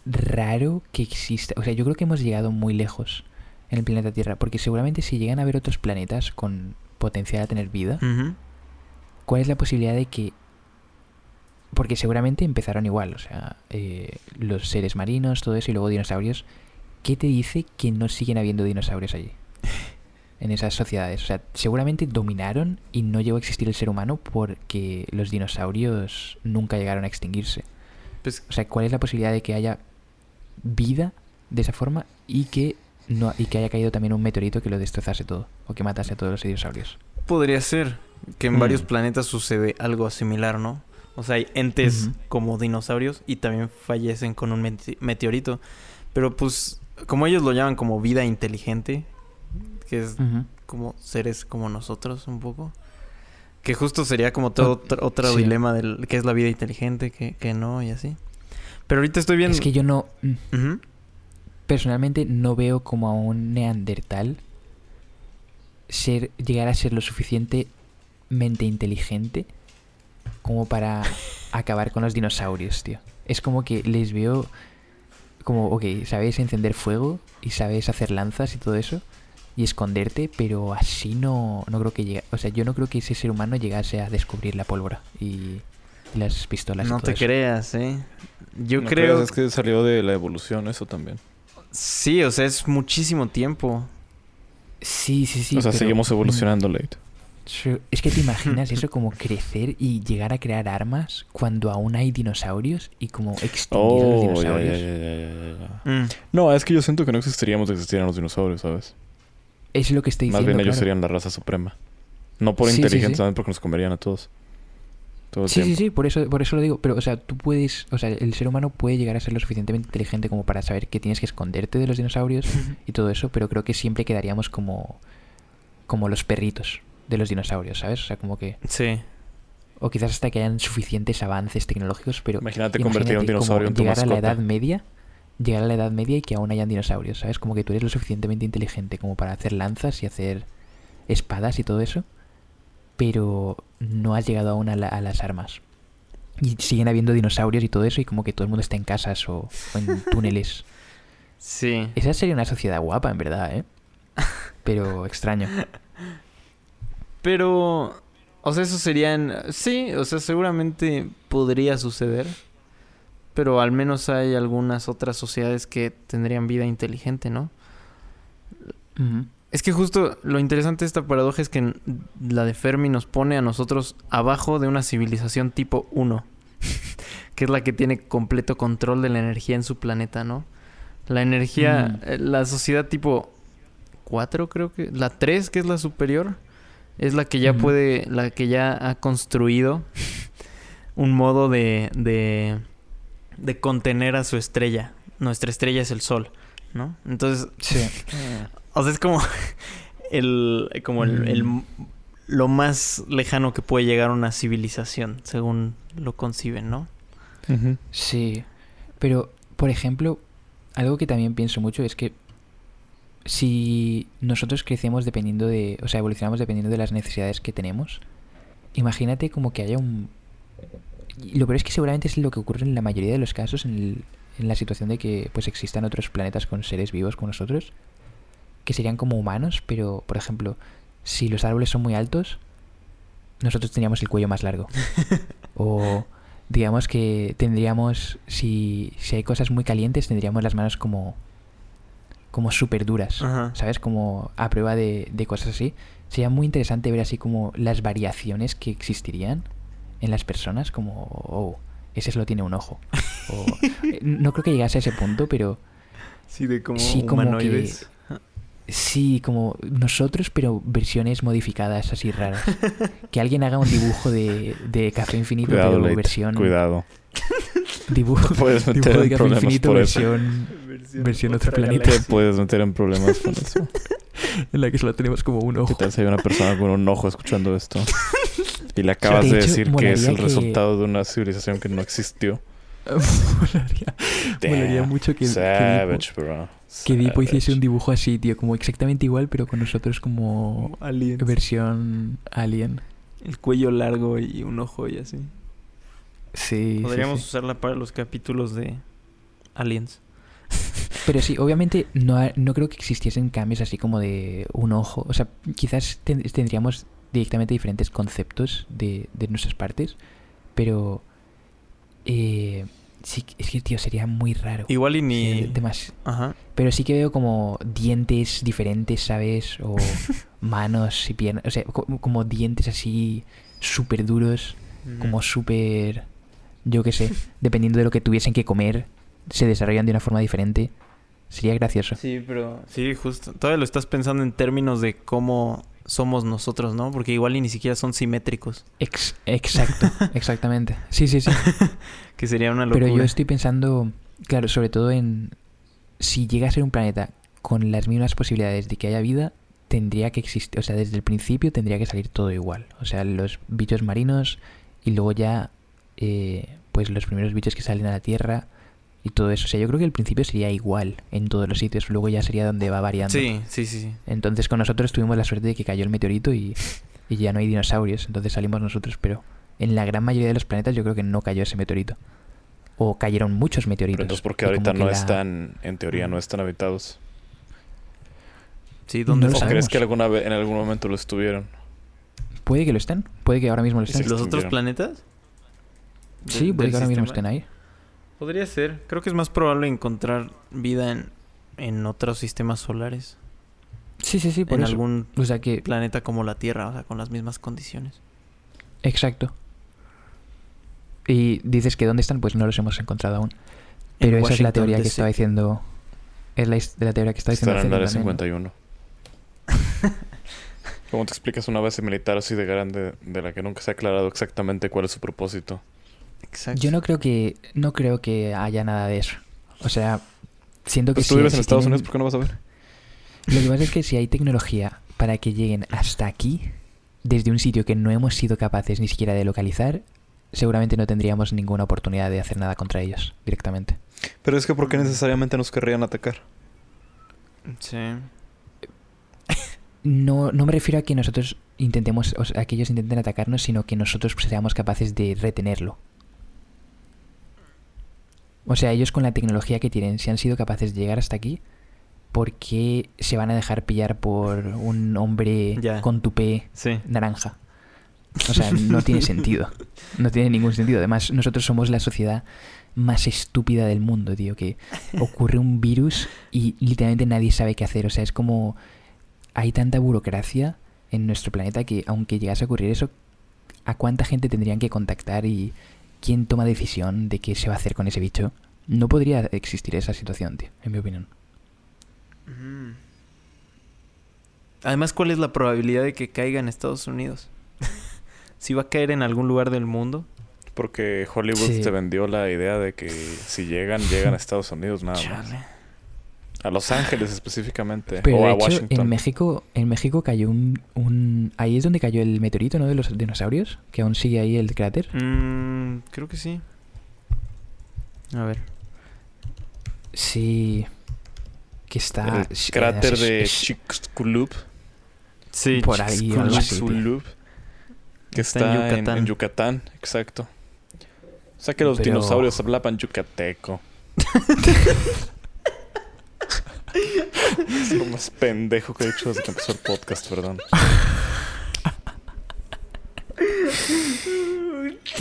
[SPEAKER 2] raro que exista. O sea, yo creo que hemos llegado muy lejos en el planeta Tierra, porque seguramente si llegan a haber otros planetas con potencial a tener vida,
[SPEAKER 3] Ujú.
[SPEAKER 2] ¿cuál es la posibilidad de que... Porque seguramente empezaron igual, o sea, eh, los seres marinos, todo eso, y luego dinosaurios. ¿Qué te dice que no siguen habiendo dinosaurios allí? En esas sociedades. O sea, seguramente dominaron y no llegó a existir el ser humano porque los dinosaurios nunca llegaron a extinguirse.
[SPEAKER 3] Pues-
[SPEAKER 2] o sea, ¿cuál es la posibilidad de que haya vida de esa forma y que no y que haya caído también un meteorito que lo destrozase todo o que matase a todos los dinosaurios?
[SPEAKER 3] Podría ser que en
[SPEAKER 2] Mm.
[SPEAKER 3] varios planetas sucede algo similar, ¿no? O sea, hay entes
[SPEAKER 2] Ujú.
[SPEAKER 3] como dinosaurios y también fallecen con un mete- meteorito. Pero pues, como ellos lo llaman como vida inteligente, que es
[SPEAKER 2] Ujú.
[SPEAKER 3] como seres como nosotros un poco. Que justo sería como todo
[SPEAKER 2] Ot-
[SPEAKER 3] otro, otro
[SPEAKER 2] sí.
[SPEAKER 3] dilema del que es la vida inteligente, que, que no y así. Pero ahorita estoy viendo...
[SPEAKER 2] Es que yo no. mm,
[SPEAKER 3] Ujú.
[SPEAKER 2] Personalmente no veo como a un neandertal ser, llegar a ser lo suficientemente inteligente como para acabar con los dinosaurios, tío. Es como que les veo como, ok, sabes encender fuego y sabes hacer lanzas y todo eso y esconderte, pero así no, no creo que llegue. O sea, yo no creo que ese ser humano llegase a descubrir la pólvora y, y las pistolas. y
[SPEAKER 3] No
[SPEAKER 2] todo
[SPEAKER 3] te
[SPEAKER 2] eso.
[SPEAKER 3] creas, ¿eh? Yo
[SPEAKER 4] No
[SPEAKER 3] creo...
[SPEAKER 4] creas, Es que salió de la evolución eso también.
[SPEAKER 3] Sí, o sea, es muchísimo tiempo.
[SPEAKER 2] Sí, sí, sí.
[SPEAKER 4] o sea,
[SPEAKER 2] pero-
[SPEAKER 4] seguimos
[SPEAKER 2] Mm.
[SPEAKER 4] evolucionando, Late.
[SPEAKER 2] Sí, Es que te imaginas eso como crecer y llegar a crear armas cuando aún hay dinosaurios y como extinguir los
[SPEAKER 4] Oh, ya,
[SPEAKER 2] dinosaurios.
[SPEAKER 4] ya, ya, ya, ya, ya.
[SPEAKER 3] Mm.
[SPEAKER 4] No, es que yo siento que no existiríamos si existieran los dinosaurios, ¿sabes?
[SPEAKER 2] Es lo que estoy
[SPEAKER 4] Más
[SPEAKER 2] diciendo.
[SPEAKER 4] bien ellos
[SPEAKER 2] claro.
[SPEAKER 4] serían la raza suprema. No por
[SPEAKER 2] Sí, sí,
[SPEAKER 4] inteligentes,
[SPEAKER 2] sí.
[SPEAKER 4] ¿saben? Porque nos comerían a todos. Todo el
[SPEAKER 2] Sí, sí,
[SPEAKER 4] tiempo.
[SPEAKER 2] sí, por eso, por eso lo digo. Pero, o sea, tú puedes, o sea, el ser humano puede llegar a ser lo suficientemente inteligente como para saber que tienes que esconderte de los dinosaurios y todo eso, pero creo que siempre quedaríamos como, como los perritos de los dinosaurios, ¿sabes? O sea, como que
[SPEAKER 3] Sí.
[SPEAKER 2] o quizás hasta que hayan suficientes avances tecnológicos, pero
[SPEAKER 4] Imagínate convertir a un dinosaurio en tu
[SPEAKER 2] llegar a la
[SPEAKER 4] mascota.
[SPEAKER 2] edad media, llegar a la edad media y que aún hayan dinosaurios, ¿sabes? Como que tú eres lo suficientemente inteligente como para hacer lanzas y hacer espadas y todo eso, pero no has llegado aún a, la- a las armas. Y siguen habiendo dinosaurios y todo eso y como que todo el mundo está en casas o, o en túneles.
[SPEAKER 3] Sí.
[SPEAKER 2] Esa sería una sociedad guapa, en verdad, ¿eh? Pero extraño.
[SPEAKER 3] Pero, o sea, eso serían... Sí, o sea, seguramente podría suceder. Pero al menos hay algunas otras sociedades que tendrían vida inteligente, ¿no?
[SPEAKER 2] Ujú.
[SPEAKER 3] Es que justo lo interesante de esta paradoja es que n- la de Fermi nos pone a nosotros abajo de una civilización tipo 1, que es la que tiene completo control de la energía en su planeta, ¿no? La energía,
[SPEAKER 2] Mm.
[SPEAKER 3] eh, la sociedad tipo 4 creo que, la 3 que es la superior, es la que ya
[SPEAKER 2] Ujú.
[SPEAKER 3] puede, la que ya ha construido un modo de, de, de contener a su estrella. Nuestra estrella es el Sol, ¿no? Entonces
[SPEAKER 2] Sí.
[SPEAKER 3] o sea, es como el. como el, el-
[SPEAKER 2] Mm.
[SPEAKER 3] lo más lejano que puede llegar una civilización, según lo conciben, ¿no?
[SPEAKER 6] Ujú.
[SPEAKER 2] Sí, pero por ejemplo, algo que también pienso mucho es que si nosotros crecemos dependiendo de, o sea, evolucionamos dependiendo de las necesidades que tenemos, imagínate como que haya un... y Lo peor es que seguramente es lo que ocurre en la mayoría de los casos, en, el- en la situación de que pues existan otros planetas con seres vivos como nosotros, que serían como humanos, pero por ejemplo, si los árboles son muy altos, nosotros teníamos el cuello más largo. o digamos que tendríamos, si, si hay cosas muy calientes, tendríamos las manos como, como súper duras,
[SPEAKER 3] Ajá.
[SPEAKER 2] ¿sabes? Como a prueba de, de cosas así. Sería muy interesante ver así como las variaciones que existirían en las personas, como, oh, ese solo tiene un ojo. O, eh, no creo que llegase a ese punto, pero
[SPEAKER 3] Sí, de como
[SPEAKER 2] Sí, como humanoides. sí, como nosotros, pero versiones modificadas así raras. Que alguien haga un dibujo de, de Café Infinito,
[SPEAKER 4] Cuidado,
[SPEAKER 2] pero
[SPEAKER 4] Leite,
[SPEAKER 2] versión...
[SPEAKER 4] Cuidado.
[SPEAKER 2] Dibujo,
[SPEAKER 4] Puedes meter
[SPEAKER 2] dibujo de
[SPEAKER 4] en
[SPEAKER 2] Café
[SPEAKER 4] problemas
[SPEAKER 2] Infinito,
[SPEAKER 4] por eso.
[SPEAKER 2] versión... Versión otro planeta.
[SPEAKER 4] Te puedes meter en problemas con eso.
[SPEAKER 2] en la que solo tenemos como un
[SPEAKER 4] ¿Qué
[SPEAKER 2] ojo.
[SPEAKER 4] tal si hay una persona con un ojo escuchando esto? Y le acabas
[SPEAKER 2] De
[SPEAKER 4] de
[SPEAKER 2] hecho,
[SPEAKER 4] decir que es
[SPEAKER 2] molaría
[SPEAKER 4] el
[SPEAKER 2] que-
[SPEAKER 4] resultado de una civilización que no existió.
[SPEAKER 2] molaría, molaría
[SPEAKER 4] Damn.
[SPEAKER 2] mucho que, que Dipo,
[SPEAKER 4] Savage, bro.
[SPEAKER 2] que Dipo
[SPEAKER 4] Savage.
[SPEAKER 2] hiciese un dibujo así, tío, como exactamente igual, pero con nosotros como versión alien.
[SPEAKER 3] El cuello largo y un ojo y así.
[SPEAKER 2] Sí, sí,
[SPEAKER 3] Podríamos
[SPEAKER 2] sí.
[SPEAKER 3] usarla para los capítulos de Aliens.
[SPEAKER 2] Pero sí, obviamente no, ha- no creo que existiesen cambios así como de un ojo. O sea, quizás ten- tendríamos directamente diferentes conceptos de, de nuestras partes, pero... eh, sí, que- es que, tío, sería muy raro.
[SPEAKER 3] Igual y
[SPEAKER 2] Sería de-
[SPEAKER 3] ni.
[SPEAKER 2] demas-
[SPEAKER 3] Ajá.
[SPEAKER 2] Pero sí que veo como dientes diferentes, ¿sabes? O manos y piernas. O sea, co- como dientes así súper duros,
[SPEAKER 3] Mm.
[SPEAKER 2] como súper... Yo qué sé, dependiendo de lo que tuviesen que comer, se desarrollan de una forma diferente. Sería gracioso.
[SPEAKER 3] Sí, pero. Sí, justo. Todavía lo estás pensando en términos de cómo somos nosotros, ¿no? Porque igual y ni siquiera son simétricos.
[SPEAKER 2] Ex- exacto, exactamente. Sí, sí, sí.
[SPEAKER 3] Que sería una locura.
[SPEAKER 2] Pero yo estoy pensando, claro, sobre todo en... Si llega a ser un planeta con las mismas posibilidades de que haya vida, tendría que existir, o sea, desde el principio tendría que salir todo igual. O sea, los bichos marinos y luego ya, eh, pues los primeros bichos que salen a la Tierra y todo eso. O sea, yo creo que el principio sería igual en todos los sitios, luego ya sería donde va variando.
[SPEAKER 3] Sí, sí, sí. sí.
[SPEAKER 2] Entonces con nosotros tuvimos la suerte de que cayó el meteorito y, y ya no hay dinosaurios, entonces salimos nosotros, pero en la gran mayoría de los planetas yo creo que no cayó ese meteorito. O cayeron muchos meteoritos.
[SPEAKER 4] Pero entonces, ¿por qué
[SPEAKER 2] y como
[SPEAKER 4] ahorita
[SPEAKER 2] que
[SPEAKER 4] no
[SPEAKER 2] la- Mm.
[SPEAKER 4] están, en teoría, no están habitados?
[SPEAKER 3] Sí,
[SPEAKER 2] No
[SPEAKER 3] ¿dónde
[SPEAKER 2] lo
[SPEAKER 4] ¿O
[SPEAKER 3] están?
[SPEAKER 4] crees
[SPEAKER 2] sabemos.
[SPEAKER 4] que alguna vez, en algún momento lo estuvieron?
[SPEAKER 2] Puede que lo estén, puede que ahora mismo lo
[SPEAKER 4] Sí,
[SPEAKER 2] estén.
[SPEAKER 4] lo-
[SPEAKER 3] ¿Los otros
[SPEAKER 4] extinguieron.
[SPEAKER 3] planetas? De-
[SPEAKER 2] Sí, puede
[SPEAKER 3] del
[SPEAKER 2] que ahora mismo
[SPEAKER 3] sistema.
[SPEAKER 2] estén ahí.
[SPEAKER 3] Podría ser. Creo que es más probable encontrar vida en, en otros sistemas solares.
[SPEAKER 2] Sí, sí, sí, por
[SPEAKER 3] en
[SPEAKER 2] eso.
[SPEAKER 3] algún
[SPEAKER 2] O sea que,
[SPEAKER 3] planeta como la Tierra, o sea, con las mismas condiciones.
[SPEAKER 2] exacto. Y dices que dónde están, pues no los hemos encontrado aún.
[SPEAKER 3] En
[SPEAKER 2] Pero esa es la
[SPEAKER 3] Washington,
[SPEAKER 2] teoría que
[SPEAKER 3] DC.
[SPEAKER 2] estaba diciendo. Es la, his- de la teoría que estaba diciendo.
[SPEAKER 4] Están en el área
[SPEAKER 2] Celi también,
[SPEAKER 4] 51. ¿Cómo te explicas una base militar así de grande de la que nunca se ha aclarado exactamente cuál es su propósito?
[SPEAKER 2] ¿no?
[SPEAKER 3] Exacto.
[SPEAKER 2] Yo no creo que no creo que haya nada de eso. O sea, siento que
[SPEAKER 4] Pues tú
[SPEAKER 2] si-
[SPEAKER 4] vives en
[SPEAKER 2] si
[SPEAKER 4] Estados
[SPEAKER 2] tienen-
[SPEAKER 4] Unidos, ¿por qué no vas a ver?
[SPEAKER 2] Lo que pasa es que si hay tecnología para que lleguen hasta aquí, desde un sitio que no hemos sido capaces ni siquiera de localizar, seguramente no tendríamos ninguna oportunidad de hacer nada contra ellos directamente.
[SPEAKER 4] Pero es que ¿por qué necesariamente nos querrían atacar?
[SPEAKER 3] Sí.
[SPEAKER 2] No, no me refiero a que nosotros intentemos, o sea, a que ellos intenten atacarnos, sino que nosotros seamos capaces de retenerlo. O sea, ellos con la tecnología que tienen, si han sido capaces de llegar hasta aquí, ¿por qué se van a dejar pillar por un hombre
[SPEAKER 3] Ya.
[SPEAKER 2] con tupé
[SPEAKER 3] Sí.
[SPEAKER 2] naranja? O sea, no tiene sentido. No tiene ningún sentido. Además, nosotros somos la sociedad más estúpida del mundo, tío, que ocurre un virus y literalmente nadie sabe qué hacer. O sea, es como hay tanta burocracia en nuestro planeta que aunque llegase a ocurrir eso, ¿a cuánta gente tendrían que contactar y quién toma decisión de qué se va a hacer con ese bicho? No podría existir esa situación, tío, en mi opinión.
[SPEAKER 3] Ujú. Mm. Además, ¿cuál es la probabilidad de que caiga en Estados Unidos? si va a caer en algún lugar del mundo.
[SPEAKER 4] Porque Hollywood
[SPEAKER 2] Sí.
[SPEAKER 4] te vendió la idea de que si llegan, llegan a Estados Unidos nada más.
[SPEAKER 3] Chale.
[SPEAKER 4] A Los Ángeles específicamente.
[SPEAKER 2] Pero
[SPEAKER 4] o
[SPEAKER 2] de
[SPEAKER 4] a
[SPEAKER 2] hecho,
[SPEAKER 4] Washington.
[SPEAKER 2] en México, en México cayó un, un- Ahí es donde cayó el meteorito, ¿no? De los dinosaurios, que aún sigue ahí el cráter.
[SPEAKER 3] Mm, creo que sí. A ver.
[SPEAKER 2] Sí. Que está... eh,
[SPEAKER 4] el
[SPEAKER 2] sí,
[SPEAKER 4] cráter
[SPEAKER 2] es-
[SPEAKER 4] de
[SPEAKER 2] es-
[SPEAKER 4] Chicxulub.
[SPEAKER 3] Sí,
[SPEAKER 2] Por ahí,
[SPEAKER 3] Chicxulub.
[SPEAKER 2] algo así.
[SPEAKER 4] Chicxulub, Que
[SPEAKER 3] Está
[SPEAKER 4] está,
[SPEAKER 3] en
[SPEAKER 4] en, Yucatán.
[SPEAKER 3] Yucatán.
[SPEAKER 4] en Yucatán, exacto. O sea que los
[SPEAKER 2] Pero-
[SPEAKER 4] dinosaurios hablaban yucateco. es lo más pendejo que he dicho desde que empezó el podcast, perdón.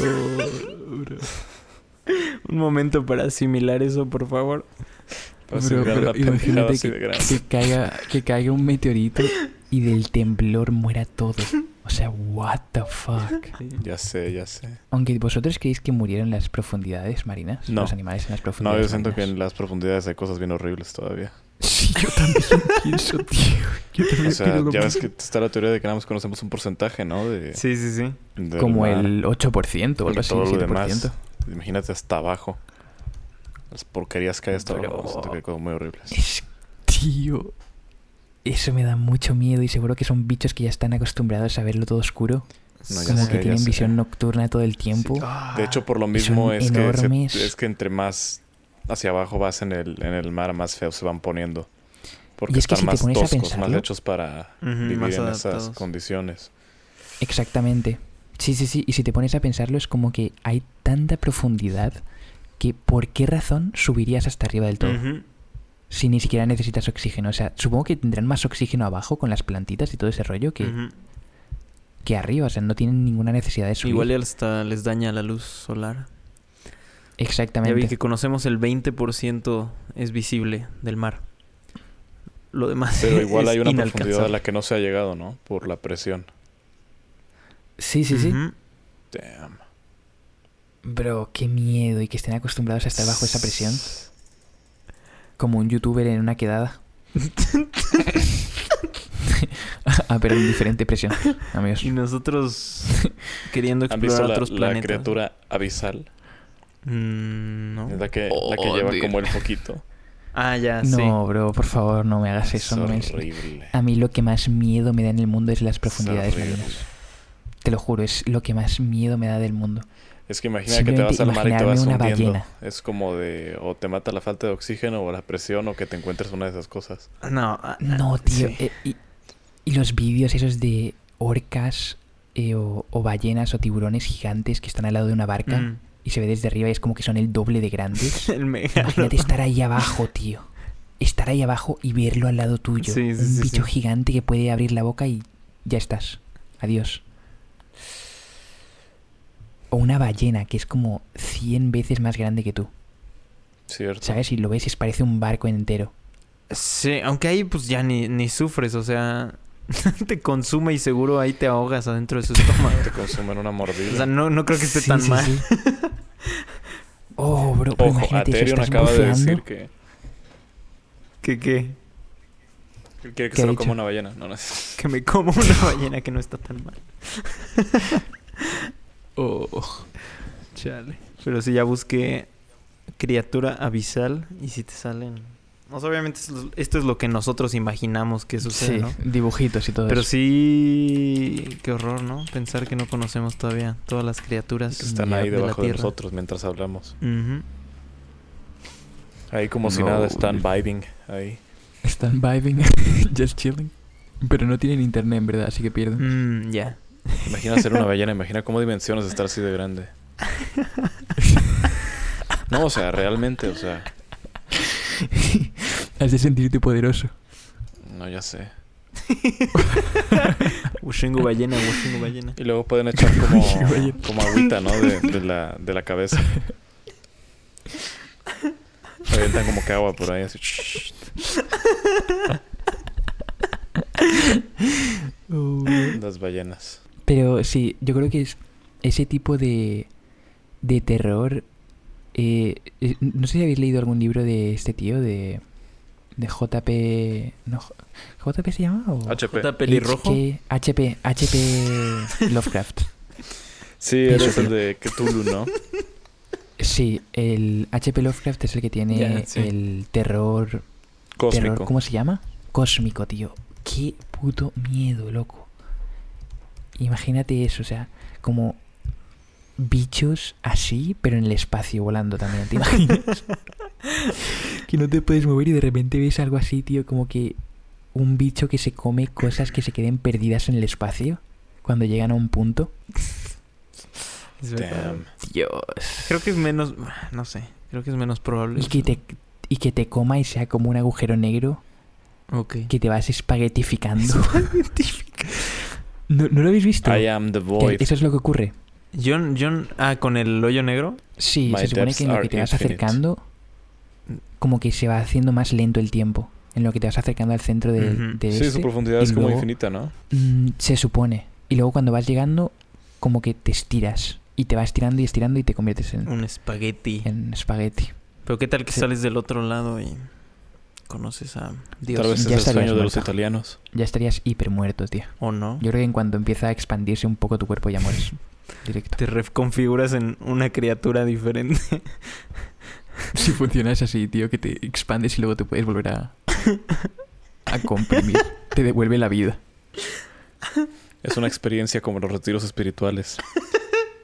[SPEAKER 3] Un momento para asimilar eso, por favor.
[SPEAKER 4] Para
[SPEAKER 2] Bro,
[SPEAKER 4] asegurar
[SPEAKER 2] pero
[SPEAKER 4] una pendejada
[SPEAKER 2] imagínate
[SPEAKER 4] así de grande.
[SPEAKER 2] que caiga, que caiga un meteorito y del temblor muera todo. O sea, what the fuck.
[SPEAKER 4] Ya sé, ya sé.
[SPEAKER 2] Aunque vosotros creéis que murieron en las profundidades marinas,
[SPEAKER 4] No.
[SPEAKER 2] los animales en las
[SPEAKER 4] No,
[SPEAKER 2] profundidades.
[SPEAKER 4] yo siento que
[SPEAKER 2] marinas.
[SPEAKER 4] en las profundidades hay cosas bien horribles todavía.
[SPEAKER 2] Sí, yo también pienso, tío. Yo también
[SPEAKER 4] O sea, ya ves que está la teoría de que nada más conocemos un porcentaje, ¿no? De,
[SPEAKER 3] Sí, sí, sí.
[SPEAKER 4] del
[SPEAKER 2] Como
[SPEAKER 4] mar.
[SPEAKER 2] el 8% o
[SPEAKER 4] Porque
[SPEAKER 2] algo así,
[SPEAKER 4] todo lo
[SPEAKER 2] 7%.
[SPEAKER 4] demás. Imagínate hasta abajo. Las porquerías que hay hasta abajo.
[SPEAKER 2] Pero-
[SPEAKER 4] Siento que hay cosas muy horribles.
[SPEAKER 2] Es- tío. Eso me da mucho miedo y seguro que son bichos que ya están acostumbrados a verlo todo oscuro.
[SPEAKER 4] No, ya
[SPEAKER 2] como
[SPEAKER 4] sé,
[SPEAKER 2] que
[SPEAKER 4] ya
[SPEAKER 2] tienen
[SPEAKER 4] sé.
[SPEAKER 2] visión nocturna todo el tiempo.
[SPEAKER 4] De hecho, por lo mismo
[SPEAKER 2] Ah, son
[SPEAKER 4] es que, se-
[SPEAKER 2] enormes.
[SPEAKER 4] es que entre más hacia abajo vas en el, en el mar, más feos se van poniendo. Porque
[SPEAKER 2] Y es que
[SPEAKER 4] están
[SPEAKER 2] si te
[SPEAKER 4] más
[SPEAKER 2] pones a
[SPEAKER 4] toscos, más
[SPEAKER 2] pensarlo-
[SPEAKER 4] hechos para
[SPEAKER 3] Ujú,
[SPEAKER 4] vivir
[SPEAKER 3] más
[SPEAKER 4] en
[SPEAKER 3] adaptados.
[SPEAKER 4] esas condiciones.
[SPEAKER 2] Exactamente. Sí, sí, sí. Y si te pones a pensarlo, es como que hay tanta profundidad que por qué razón subirías hasta arriba del todo
[SPEAKER 3] Ujú.
[SPEAKER 2] si ni siquiera necesitas oxígeno. O sea, supongo que tendrán más oxígeno abajo con las plantitas y todo ese rollo que,
[SPEAKER 3] Ujú.
[SPEAKER 2] que arriba. O sea, no tienen ninguna necesidad de subir.
[SPEAKER 3] Igual y hasta les daña la luz solar. Ya
[SPEAKER 2] Exactamente.
[SPEAKER 3] vi que conocemos el 20% es visible del mar. Lo demás
[SPEAKER 4] Pero igual
[SPEAKER 3] es
[SPEAKER 4] hay una profundidad a
[SPEAKER 3] inalcanzable.
[SPEAKER 4] la que no se ha llegado, ¿no? Por la presión.
[SPEAKER 2] Sí, sí, sí.
[SPEAKER 3] Ujú.
[SPEAKER 4] Damn.
[SPEAKER 2] Bro, qué miedo. Y que estén acostumbrados a estar bajo esa presión. Como un youtuber en una quedada. ah, pero en diferente presión, amigos.
[SPEAKER 3] Y nosotros queriendo
[SPEAKER 4] ¿Han visto
[SPEAKER 3] explorar
[SPEAKER 4] la,
[SPEAKER 3] otros
[SPEAKER 4] la
[SPEAKER 3] planetas.
[SPEAKER 4] criatura abisal?
[SPEAKER 3] Mm, no.
[SPEAKER 4] Es la que, la que
[SPEAKER 3] Oh,
[SPEAKER 4] lleva como el foquito.
[SPEAKER 3] Ah, ya, sí.
[SPEAKER 2] No, bro, por favor, no me hagas
[SPEAKER 4] es
[SPEAKER 2] eso. no me-
[SPEAKER 4] horrible.
[SPEAKER 2] A mí lo que más miedo me da en el mundo es las
[SPEAKER 4] Es
[SPEAKER 2] profundidades
[SPEAKER 4] horrible.
[SPEAKER 2] marinas. Te lo juro, es lo que más miedo me da del mundo.
[SPEAKER 4] Es que imagina que te vas
[SPEAKER 2] Simplemente
[SPEAKER 4] al mar y te vas
[SPEAKER 2] imaginarme una
[SPEAKER 4] hundiendo.
[SPEAKER 2] ballena.
[SPEAKER 4] Es como de o te mata la falta de oxígeno o la presión o que te encuentres una de esas cosas.
[SPEAKER 3] No, ah,
[SPEAKER 2] No,
[SPEAKER 3] ah,
[SPEAKER 2] tío.
[SPEAKER 3] sí.
[SPEAKER 2] eh, y, y los vídeos esos de orcas eh, o, o ballenas o tiburones gigantes que están al lado de una barca
[SPEAKER 3] Mm.
[SPEAKER 2] y se ve desde arriba y es como que son el doble de grandes.
[SPEAKER 3] El mega.
[SPEAKER 2] Imagínate estar ahí abajo, tío. Estar ahí abajo y verlo al lado tuyo.
[SPEAKER 3] Sí, sí,
[SPEAKER 2] un
[SPEAKER 3] sí,
[SPEAKER 2] bicho
[SPEAKER 3] sí.
[SPEAKER 2] gigante que puede abrir la boca y ya estás. Adiós. O una ballena que es como 100 veces más grande que tú.
[SPEAKER 4] ¿Cierto?
[SPEAKER 2] ¿Sabes? Y lo ves y es- parece un barco entero.
[SPEAKER 3] Sí, aunque ahí pues ya ni, ni sufres, o sea, te consume y seguro ahí te ahogas adentro de su estómago.
[SPEAKER 4] Te consumen una mordida.
[SPEAKER 3] O sea, no, no creo que esté
[SPEAKER 2] Sí,
[SPEAKER 3] tan
[SPEAKER 2] sí,
[SPEAKER 3] mal.
[SPEAKER 2] sí. Oh, bro, pero
[SPEAKER 4] Ojo,
[SPEAKER 2] imagínate eso,
[SPEAKER 4] Aterion
[SPEAKER 2] estás
[SPEAKER 4] acaba de
[SPEAKER 2] buceando.
[SPEAKER 4] decir que
[SPEAKER 3] ¿Qué qué?
[SPEAKER 4] él quiere que
[SPEAKER 2] ¿Qué
[SPEAKER 4] se
[SPEAKER 2] ha
[SPEAKER 4] lo
[SPEAKER 2] dicho?
[SPEAKER 4] coma una ballena. No, no es-
[SPEAKER 3] Que me como una ballena que no está tan mal. oh, chale. Pero si ya busqué criatura abisal y si te salen O sea, obviamente esto es- esto es lo que nosotros imaginamos que sucede,
[SPEAKER 2] Sí,
[SPEAKER 3] ¿no?
[SPEAKER 2] dibujitos y todo
[SPEAKER 3] Pero
[SPEAKER 2] eso.
[SPEAKER 3] sí, qué horror, ¿no? Pensar que no conocemos todavía todas las criaturas
[SPEAKER 4] Que están
[SPEAKER 3] de-
[SPEAKER 4] ahí
[SPEAKER 3] de la
[SPEAKER 4] debajo de,
[SPEAKER 3] Tierra.
[SPEAKER 4] nosotros mientras hablamos.
[SPEAKER 3] Ujú.
[SPEAKER 4] Ahí como si
[SPEAKER 2] No,
[SPEAKER 4] nada están
[SPEAKER 2] dude.
[SPEAKER 4] vibing ahí.
[SPEAKER 2] Están vibing, just chilling. Pero no tienen internet, en verdad, así que pierden.
[SPEAKER 3] Mm, ya.
[SPEAKER 4] Imagina ser una ballena, imagina cómo dimensiones estar así de grande. No, o sea, realmente, o sea,
[SPEAKER 2] Has de sentirte poderoso.
[SPEAKER 4] no, ya sé.
[SPEAKER 3] Ushingu ballena, Ushingu ballena.
[SPEAKER 4] Y luego pueden echar como,
[SPEAKER 2] Vaya.
[SPEAKER 4] como agüita, ¿no? De, de la, de la cabeza. Avientan como que agua por ahí, así. Las ballenas.
[SPEAKER 2] Pero sí, yo creo que es ese tipo de, de terror. eh, eh, no sé si habéis leído algún libro de este tío, de, de JP. No, ¿JP se llama? O
[SPEAKER 4] HP.
[SPEAKER 3] ¿Está pelirrojo?
[SPEAKER 2] HK HP, HP Lovecraft.
[SPEAKER 4] Sí,
[SPEAKER 2] Eso
[SPEAKER 4] eres el
[SPEAKER 2] sí.
[SPEAKER 4] de Cthulhu, ¿no?
[SPEAKER 2] Sí, el HP Lovecraft es el que tiene
[SPEAKER 3] Ya, sí.
[SPEAKER 2] el terror terror,
[SPEAKER 4] Cósmico.
[SPEAKER 2] ¿cómo se llama? Cósmico, tío. Qué puto miedo, loco. Imagínate eso, o sea, como bichos así, pero en el espacio volando también, ¿te imaginas? que no te puedes mover y de repente ves algo así, tío, como que un bicho que se come cosas que se queden perdidas en el espacio cuando llegan a un punto.
[SPEAKER 3] Es verdad.
[SPEAKER 4] Damn.
[SPEAKER 2] Dios.
[SPEAKER 3] Creo que es menos, no sé, creo que es menos probable.
[SPEAKER 2] Y que te y que te coma y sea como un agujero negro
[SPEAKER 3] Ok.
[SPEAKER 2] que te vas espaguetificando. ¿No, no lo habéis visto?
[SPEAKER 4] I am the
[SPEAKER 2] Que
[SPEAKER 4] void.
[SPEAKER 2] eso es lo que ocurre.
[SPEAKER 3] John, John, ah, con el hoyo negro.
[SPEAKER 2] Sí,
[SPEAKER 4] My
[SPEAKER 2] se supone
[SPEAKER 4] depths
[SPEAKER 2] que en lo
[SPEAKER 4] are
[SPEAKER 2] que te vas
[SPEAKER 4] infinite.
[SPEAKER 2] acercando, como que se va haciendo más lento el tiempo. En lo que te vas acercando al centro de,
[SPEAKER 3] Ujú.
[SPEAKER 2] de
[SPEAKER 4] Sí,
[SPEAKER 2] este,
[SPEAKER 4] su profundidad es
[SPEAKER 2] y
[SPEAKER 4] como
[SPEAKER 2] luego-
[SPEAKER 4] infinita, ¿no?
[SPEAKER 2] mm, se supone. Y luego cuando vas llegando, como que te estiras. Y te vas estirando y estirando y te conviertes en,
[SPEAKER 3] Un espagueti.
[SPEAKER 2] en espagueti.
[SPEAKER 3] Pero qué tal que
[SPEAKER 2] Sí.
[SPEAKER 3] sales del otro lado y conoces a Dios.
[SPEAKER 4] Tal vez
[SPEAKER 2] ya
[SPEAKER 4] es el
[SPEAKER 2] estarías
[SPEAKER 4] sueño de los
[SPEAKER 2] muerto.
[SPEAKER 4] italianos.
[SPEAKER 2] Ya estarías hiper muerto, tío.
[SPEAKER 3] O no.
[SPEAKER 2] Yo creo que en cuanto empieza a expandirse un poco tu cuerpo ya mueres. Directo.
[SPEAKER 3] Te reconfiguras en una criatura diferente.
[SPEAKER 2] Si funcionas así, tío, que te expandes y luego te puedes volver a, a comprimir. Te devuelve la vida.
[SPEAKER 4] Es una experiencia como los retiros espirituales.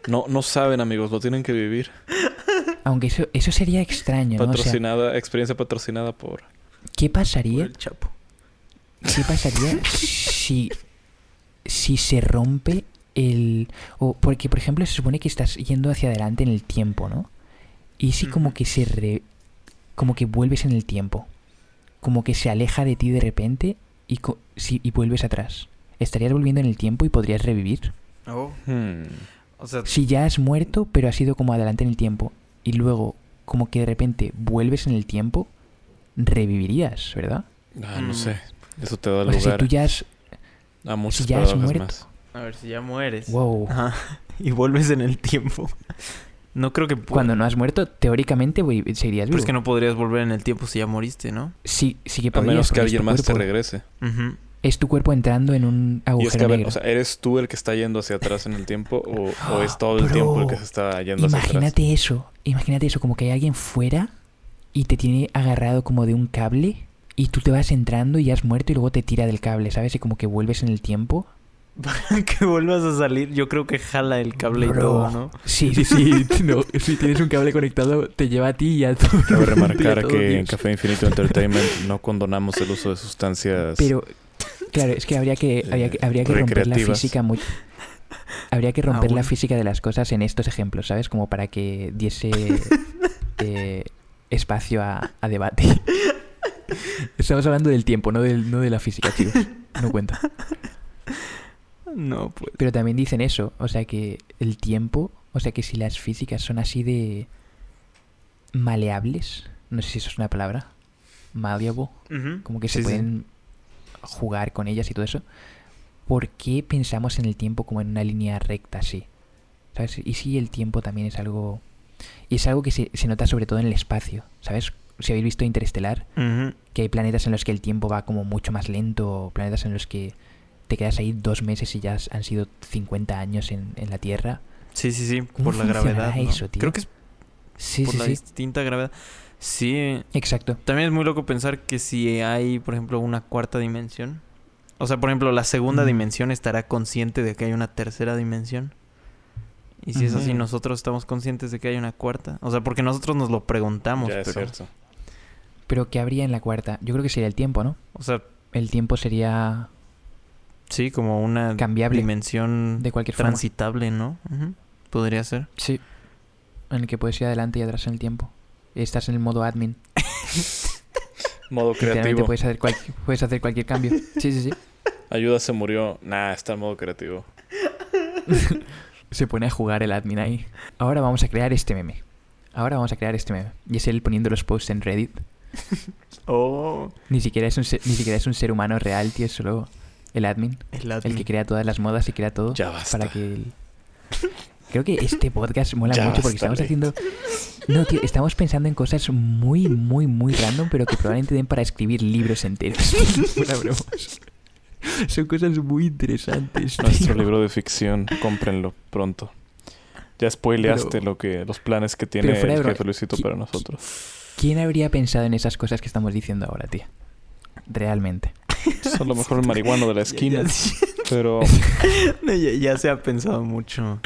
[SPEAKER 4] No, no saben, amigos, lo tienen que vivir.
[SPEAKER 2] Aunque eso, eso sería extraño, ¿no? O sea,
[SPEAKER 4] Patrocinada, experiencia patrocinada por.
[SPEAKER 2] ¿qué
[SPEAKER 3] Por
[SPEAKER 2] pasaría?
[SPEAKER 3] el chapo.
[SPEAKER 2] ¿Qué pasaría si, si se rompe el. O porque, por ejemplo, se supone que estás yendo hacia adelante en el tiempo, ¿no? Y si como
[SPEAKER 3] Ujú.
[SPEAKER 2] que se re- como que vuelves en el tiempo. Como que se aleja de ti de repente y, co- si, y vuelves atrás. ¿Estarías volviendo en el tiempo y podrías revivir?
[SPEAKER 3] Oh.
[SPEAKER 4] Hmm.
[SPEAKER 3] O sea,
[SPEAKER 2] Si ya has muerto, pero has ido como adelante en el tiempo, y luego como que de repente vuelves en el tiempo, revivirías, ¿verdad?
[SPEAKER 4] Ah,
[SPEAKER 3] Mm.
[SPEAKER 4] no sé. Eso te da
[SPEAKER 2] O sea, si
[SPEAKER 4] lugar
[SPEAKER 2] tú ya has...
[SPEAKER 4] a muchas
[SPEAKER 2] ya has
[SPEAKER 4] paradojas
[SPEAKER 2] muerto.
[SPEAKER 4] más.
[SPEAKER 3] a ver si ya mueres.
[SPEAKER 2] Wow.
[SPEAKER 3] Ajá. Y vuelves en el tiempo. No creo que pu-
[SPEAKER 2] Cuando no has muerto, teóricamente voy- seguirías vivo.
[SPEAKER 3] Pero es que no podrías volver en el tiempo si ya moriste, ¿no?
[SPEAKER 2] Sí, sí que
[SPEAKER 4] A
[SPEAKER 2] podrías.
[SPEAKER 4] menos que
[SPEAKER 2] porque es
[SPEAKER 4] alguien
[SPEAKER 2] tu
[SPEAKER 4] más te
[SPEAKER 2] cuerpo-
[SPEAKER 4] regrese.
[SPEAKER 3] Ujú.
[SPEAKER 2] Es tu cuerpo entrando en un
[SPEAKER 4] Y
[SPEAKER 2] agujero
[SPEAKER 4] es que, a ver,
[SPEAKER 2] negro.
[SPEAKER 4] o sea, ¿eres tú el que está yendo hacia atrás en el tiempo o, o es todo el
[SPEAKER 2] Bro,
[SPEAKER 4] tiempo el que se está yendo hacia atrás?
[SPEAKER 2] imagínate eso, imagínate eso, como que hay alguien fuera y te tiene agarrado como de un cable y tú te vas entrando y ya has muerto y luego te tira del cable, ¿sabes? Y como que vuelves en el tiempo.
[SPEAKER 3] Para que vuelvas a salir, yo creo que jala el cable y
[SPEAKER 2] Bro.
[SPEAKER 3] todo, ¿no?
[SPEAKER 2] Sí, sí, sí. no, si tienes un cable conectado, te lleva a ti y a todo.
[SPEAKER 4] Cabe
[SPEAKER 2] y a
[SPEAKER 4] remarcar
[SPEAKER 2] todo
[SPEAKER 4] que en
[SPEAKER 2] Dios.
[SPEAKER 4] Café Infinito Entertainment no condonamos el uso de sustancias.
[SPEAKER 2] Pero, claro, es que habría que, habría que,
[SPEAKER 4] Pues Eh,
[SPEAKER 2] habría que romper la
[SPEAKER 4] recreativas.
[SPEAKER 2] física muy. Habría que romper la
[SPEAKER 3] Aún.
[SPEAKER 2] física de las cosas en estos ejemplos, ¿sabes? Como para que diese eh, espacio a, a debate. Estamos hablando del tiempo, no, del, no de la física, chicos. No cuenta.
[SPEAKER 3] No, pues.
[SPEAKER 2] Pero también dicen eso, o sea que el tiempo, o sea que si las físicas son así de maleables, no sé si eso es una palabra, malleable,
[SPEAKER 3] Ujú.
[SPEAKER 2] como que se
[SPEAKER 3] Sí, sí.
[SPEAKER 2] pueden jugar con ellas y todo eso, ¿por qué pensamos en el tiempo como en una línea recta así? ¿Sabes? Y si el tiempo también es algo... Y es algo que se, se nota sobre todo en el espacio, ¿sabes? Si habéis visto Interestelar,
[SPEAKER 3] Ujú.
[SPEAKER 2] que hay planetas en los que el tiempo va como mucho más lento, o planetas en los que te quedas ahí dos meses y ya has- han sido 50 años en, en la Tierra.
[SPEAKER 3] Sí, sí, sí,
[SPEAKER 2] ¿Cómo
[SPEAKER 3] por la
[SPEAKER 2] funcionará
[SPEAKER 3] gravedad. ¿no?
[SPEAKER 2] eso, tío?
[SPEAKER 3] Creo que es
[SPEAKER 2] Sí,
[SPEAKER 3] por
[SPEAKER 2] sí,
[SPEAKER 3] la
[SPEAKER 2] sí.
[SPEAKER 3] distinta gravedad. Sí,
[SPEAKER 2] Exacto.
[SPEAKER 3] también es muy loco pensar que si hay, por ejemplo, una cuarta dimensión, o sea, por ejemplo, la segunda
[SPEAKER 2] Mm.
[SPEAKER 3] dimensión estará consciente de que hay una tercera dimensión. Y si es así,
[SPEAKER 2] Ujú.
[SPEAKER 3] nosotros estamos conscientes de que hay una cuarta. O sea, porque nosotros nos lo preguntamos,
[SPEAKER 4] ya es
[SPEAKER 3] pero-
[SPEAKER 4] cierto.
[SPEAKER 2] Pero ¿qué habría en la cuarta? Yo creo que sería el tiempo, ¿no?
[SPEAKER 3] O sea,
[SPEAKER 2] El tiempo sería
[SPEAKER 3] sí, como una
[SPEAKER 2] cambiable
[SPEAKER 3] dimensión
[SPEAKER 2] de cualquier forma.
[SPEAKER 3] transitable, ¿no? Ujú. Podría ser.
[SPEAKER 2] Sí. En el que puedes ir adelante y atrás en el tiempo. Estás en el modo admin.
[SPEAKER 4] Modo
[SPEAKER 2] Literalmente
[SPEAKER 4] creativo.
[SPEAKER 2] puedes hacer, cual- puedes hacer cualquier cambio. Sí, sí, sí.
[SPEAKER 4] Ayuda se murió. Nah, está en modo creativo.
[SPEAKER 2] Se pone a jugar el admin ahí. Ahora vamos a crear este meme. Ahora vamos a crear este meme. Y es él poniendo los posts en Reddit.
[SPEAKER 3] Oh,
[SPEAKER 2] Ni siquiera es un ser, ni siquiera es un ser humano real, tío. Es solo el admin.
[SPEAKER 3] el
[SPEAKER 2] El que crea todas las modas y crea todo.
[SPEAKER 4] Ya basta.
[SPEAKER 2] Para que el- Creo que este podcast mola
[SPEAKER 4] Ya
[SPEAKER 2] mucho porque
[SPEAKER 4] basta,
[SPEAKER 2] estamos
[SPEAKER 4] Blake.
[SPEAKER 2] haciendo... No, tío, estamos pensando en cosas muy, muy, muy random, pero que probablemente den para escribir libros enteros. Fuera bromas. Son cosas muy interesantes. tío.
[SPEAKER 4] Nuestro libro de ficción, cómprenlo pronto. Ya spoileaste
[SPEAKER 2] Pero-
[SPEAKER 4] lo que, los planes que
[SPEAKER 2] pero
[SPEAKER 4] tiene
[SPEAKER 2] fuera de
[SPEAKER 4] el
[SPEAKER 2] broma,
[SPEAKER 4] jefe Luisito
[SPEAKER 2] qui-
[SPEAKER 4] para nosotros.
[SPEAKER 2] ¿Quién habría pensado en esas cosas que estamos diciendo ahora, tío? Realmente.
[SPEAKER 4] Es a lo mejor el marihuano de la esquina. Pero
[SPEAKER 3] No, ya, ya se ha pensado mucho.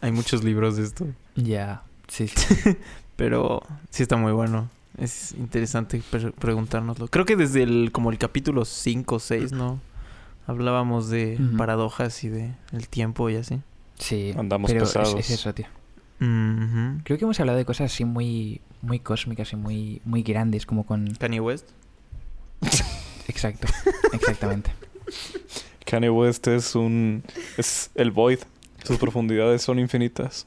[SPEAKER 3] Hay muchos libros de esto.
[SPEAKER 2] Ya, sí, sí.
[SPEAKER 3] Pero sí está muy bueno. Es interesante pre- preguntárnoslo. Creo que desde el, como el capítulo 5 o 6, ¿no? Hablábamos de
[SPEAKER 2] Ujú.
[SPEAKER 3] paradojas y de el tiempo y así.
[SPEAKER 2] Sí,
[SPEAKER 4] Andamos
[SPEAKER 2] pero es-
[SPEAKER 4] pesados.
[SPEAKER 2] es eso, tío.
[SPEAKER 3] Mhm.
[SPEAKER 2] Creo que hemos hablado de cosas así muy, muy cósmicas y muy, muy grandes, como con...
[SPEAKER 3] Kanye West.
[SPEAKER 2] Exacto, exactamente.
[SPEAKER 4] Kanye West es un. Es el void. Sus profundidades son infinitas.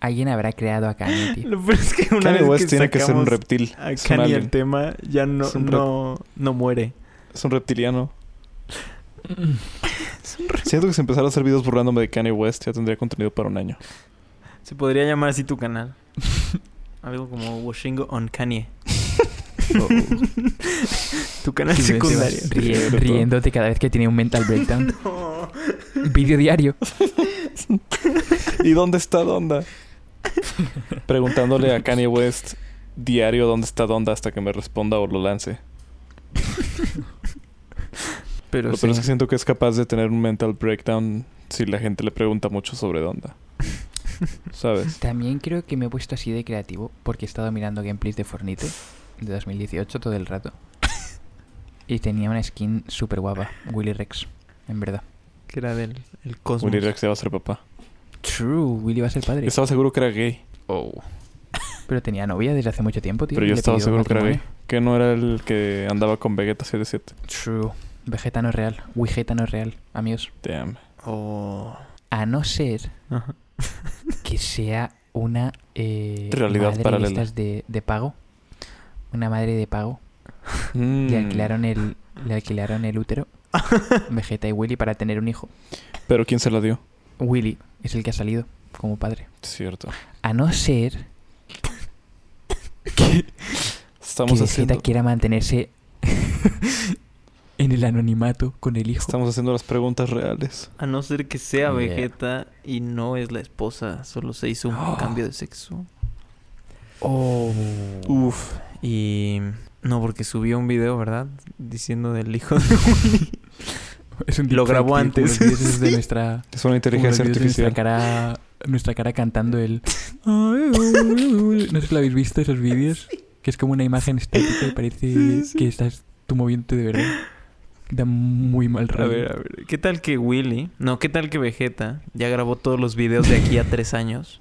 [SPEAKER 2] Alguien habrá creado a Kanye, tío.
[SPEAKER 3] Lo peor es que una
[SPEAKER 4] Kanye
[SPEAKER 3] vez
[SPEAKER 4] West
[SPEAKER 3] que
[SPEAKER 4] tiene que ser un
[SPEAKER 3] sacamos
[SPEAKER 4] reptil.
[SPEAKER 3] a
[SPEAKER 4] Es un
[SPEAKER 3] Kanye el
[SPEAKER 4] alien.
[SPEAKER 3] tema ya no,
[SPEAKER 4] Es un re-
[SPEAKER 3] no, no muere.
[SPEAKER 4] Es un reptiliano. Siento que si empezara a hacer videos burlándome de Kanye West, ya tendría contenido para un año.
[SPEAKER 3] Se podría llamar así tu canal. Algo como Washingo on Kanye. tu canal secundario.
[SPEAKER 2] Ri- riéndote cada vez que tiene un mental breakdown.
[SPEAKER 3] No.
[SPEAKER 2] Vídeo diario.
[SPEAKER 4] ¿Y dónde está Donda? Preguntándole a Kanye West diario dónde está Donda hasta que me responda o lo lance.
[SPEAKER 3] Pero
[SPEAKER 4] Lo
[SPEAKER 3] sí.
[SPEAKER 4] peor es que siento que es capaz de tener un mental breakdown si la gente le pregunta mucho sobre Donda. ¿Sabes?
[SPEAKER 2] También creo que me he puesto así de creativo porque he estado mirando gameplays de Fornite de 2018 todo el rato. Y tenía una skin súper guapa, Willy Rex, en verdad.
[SPEAKER 3] que era del el cosmos.
[SPEAKER 4] Willy Rex ya va a ser papá.
[SPEAKER 2] True, Willy va a ser padre.
[SPEAKER 4] Estaba seguro que era gay,
[SPEAKER 2] Pero tenía novia desde hace mucho tiempo, tío.
[SPEAKER 4] pero
[SPEAKER 2] y
[SPEAKER 4] yo
[SPEAKER 2] Oh. le
[SPEAKER 4] estaba
[SPEAKER 2] pidió
[SPEAKER 4] seguro que era gay.
[SPEAKER 2] matrimonio.
[SPEAKER 4] Que no era el que andaba con Vegeta 77.
[SPEAKER 2] True. Vegeta no es real, Wigeta no es real, amigos.
[SPEAKER 4] Damn.
[SPEAKER 3] Oh.
[SPEAKER 2] A no ser
[SPEAKER 3] Ajá.
[SPEAKER 2] que sea una eh,
[SPEAKER 4] Realidad
[SPEAKER 2] madre de
[SPEAKER 4] paralela.
[SPEAKER 2] estas de, de pago. Una madre de pago.
[SPEAKER 4] Mm.
[SPEAKER 2] Le alquilaron el le alquilaron el útero Vegeta y Willy para tener un hijo.
[SPEAKER 4] Pero ¿quién se la dio?
[SPEAKER 2] Willy es el que ha salido como padre.
[SPEAKER 4] Cierto.
[SPEAKER 2] A no ser que
[SPEAKER 4] Estamos
[SPEAKER 2] Vegeta
[SPEAKER 4] haciendo,
[SPEAKER 2] quiera mantenerse en el anonimato con el hijo.
[SPEAKER 4] estamos haciendo las preguntas reales.
[SPEAKER 3] A no ser que sea
[SPEAKER 2] Yeah.
[SPEAKER 3] Vegeta y no es la esposa, solo se hizo un
[SPEAKER 2] Oh.
[SPEAKER 3] cambio de sexo.
[SPEAKER 2] Oh.
[SPEAKER 4] Uh.
[SPEAKER 3] Uf. Y no, porque subió un video, ¿verdad? Diciendo del hijo de Willy.
[SPEAKER 2] Es un
[SPEAKER 3] Lo
[SPEAKER 2] deepfake, tío,
[SPEAKER 3] grabó
[SPEAKER 2] como
[SPEAKER 3] antes.
[SPEAKER 2] los dioses de nuestra
[SPEAKER 4] Es una
[SPEAKER 2] Como los
[SPEAKER 4] inteligencia
[SPEAKER 2] vídeos de nuestra
[SPEAKER 4] artificial.
[SPEAKER 2] cara, nuestra cara cantando el. No sé si lo habéis visto esos vídeos. Que es como una imagen estática y parece que estás tú moviéndote de verdad. Da muy mal
[SPEAKER 3] A
[SPEAKER 2] rato.
[SPEAKER 3] ver, a ver. ¿Qué tal que Willy? No, ¿qué tal que Vegeta ya grabó todos los videos de aquí a tres años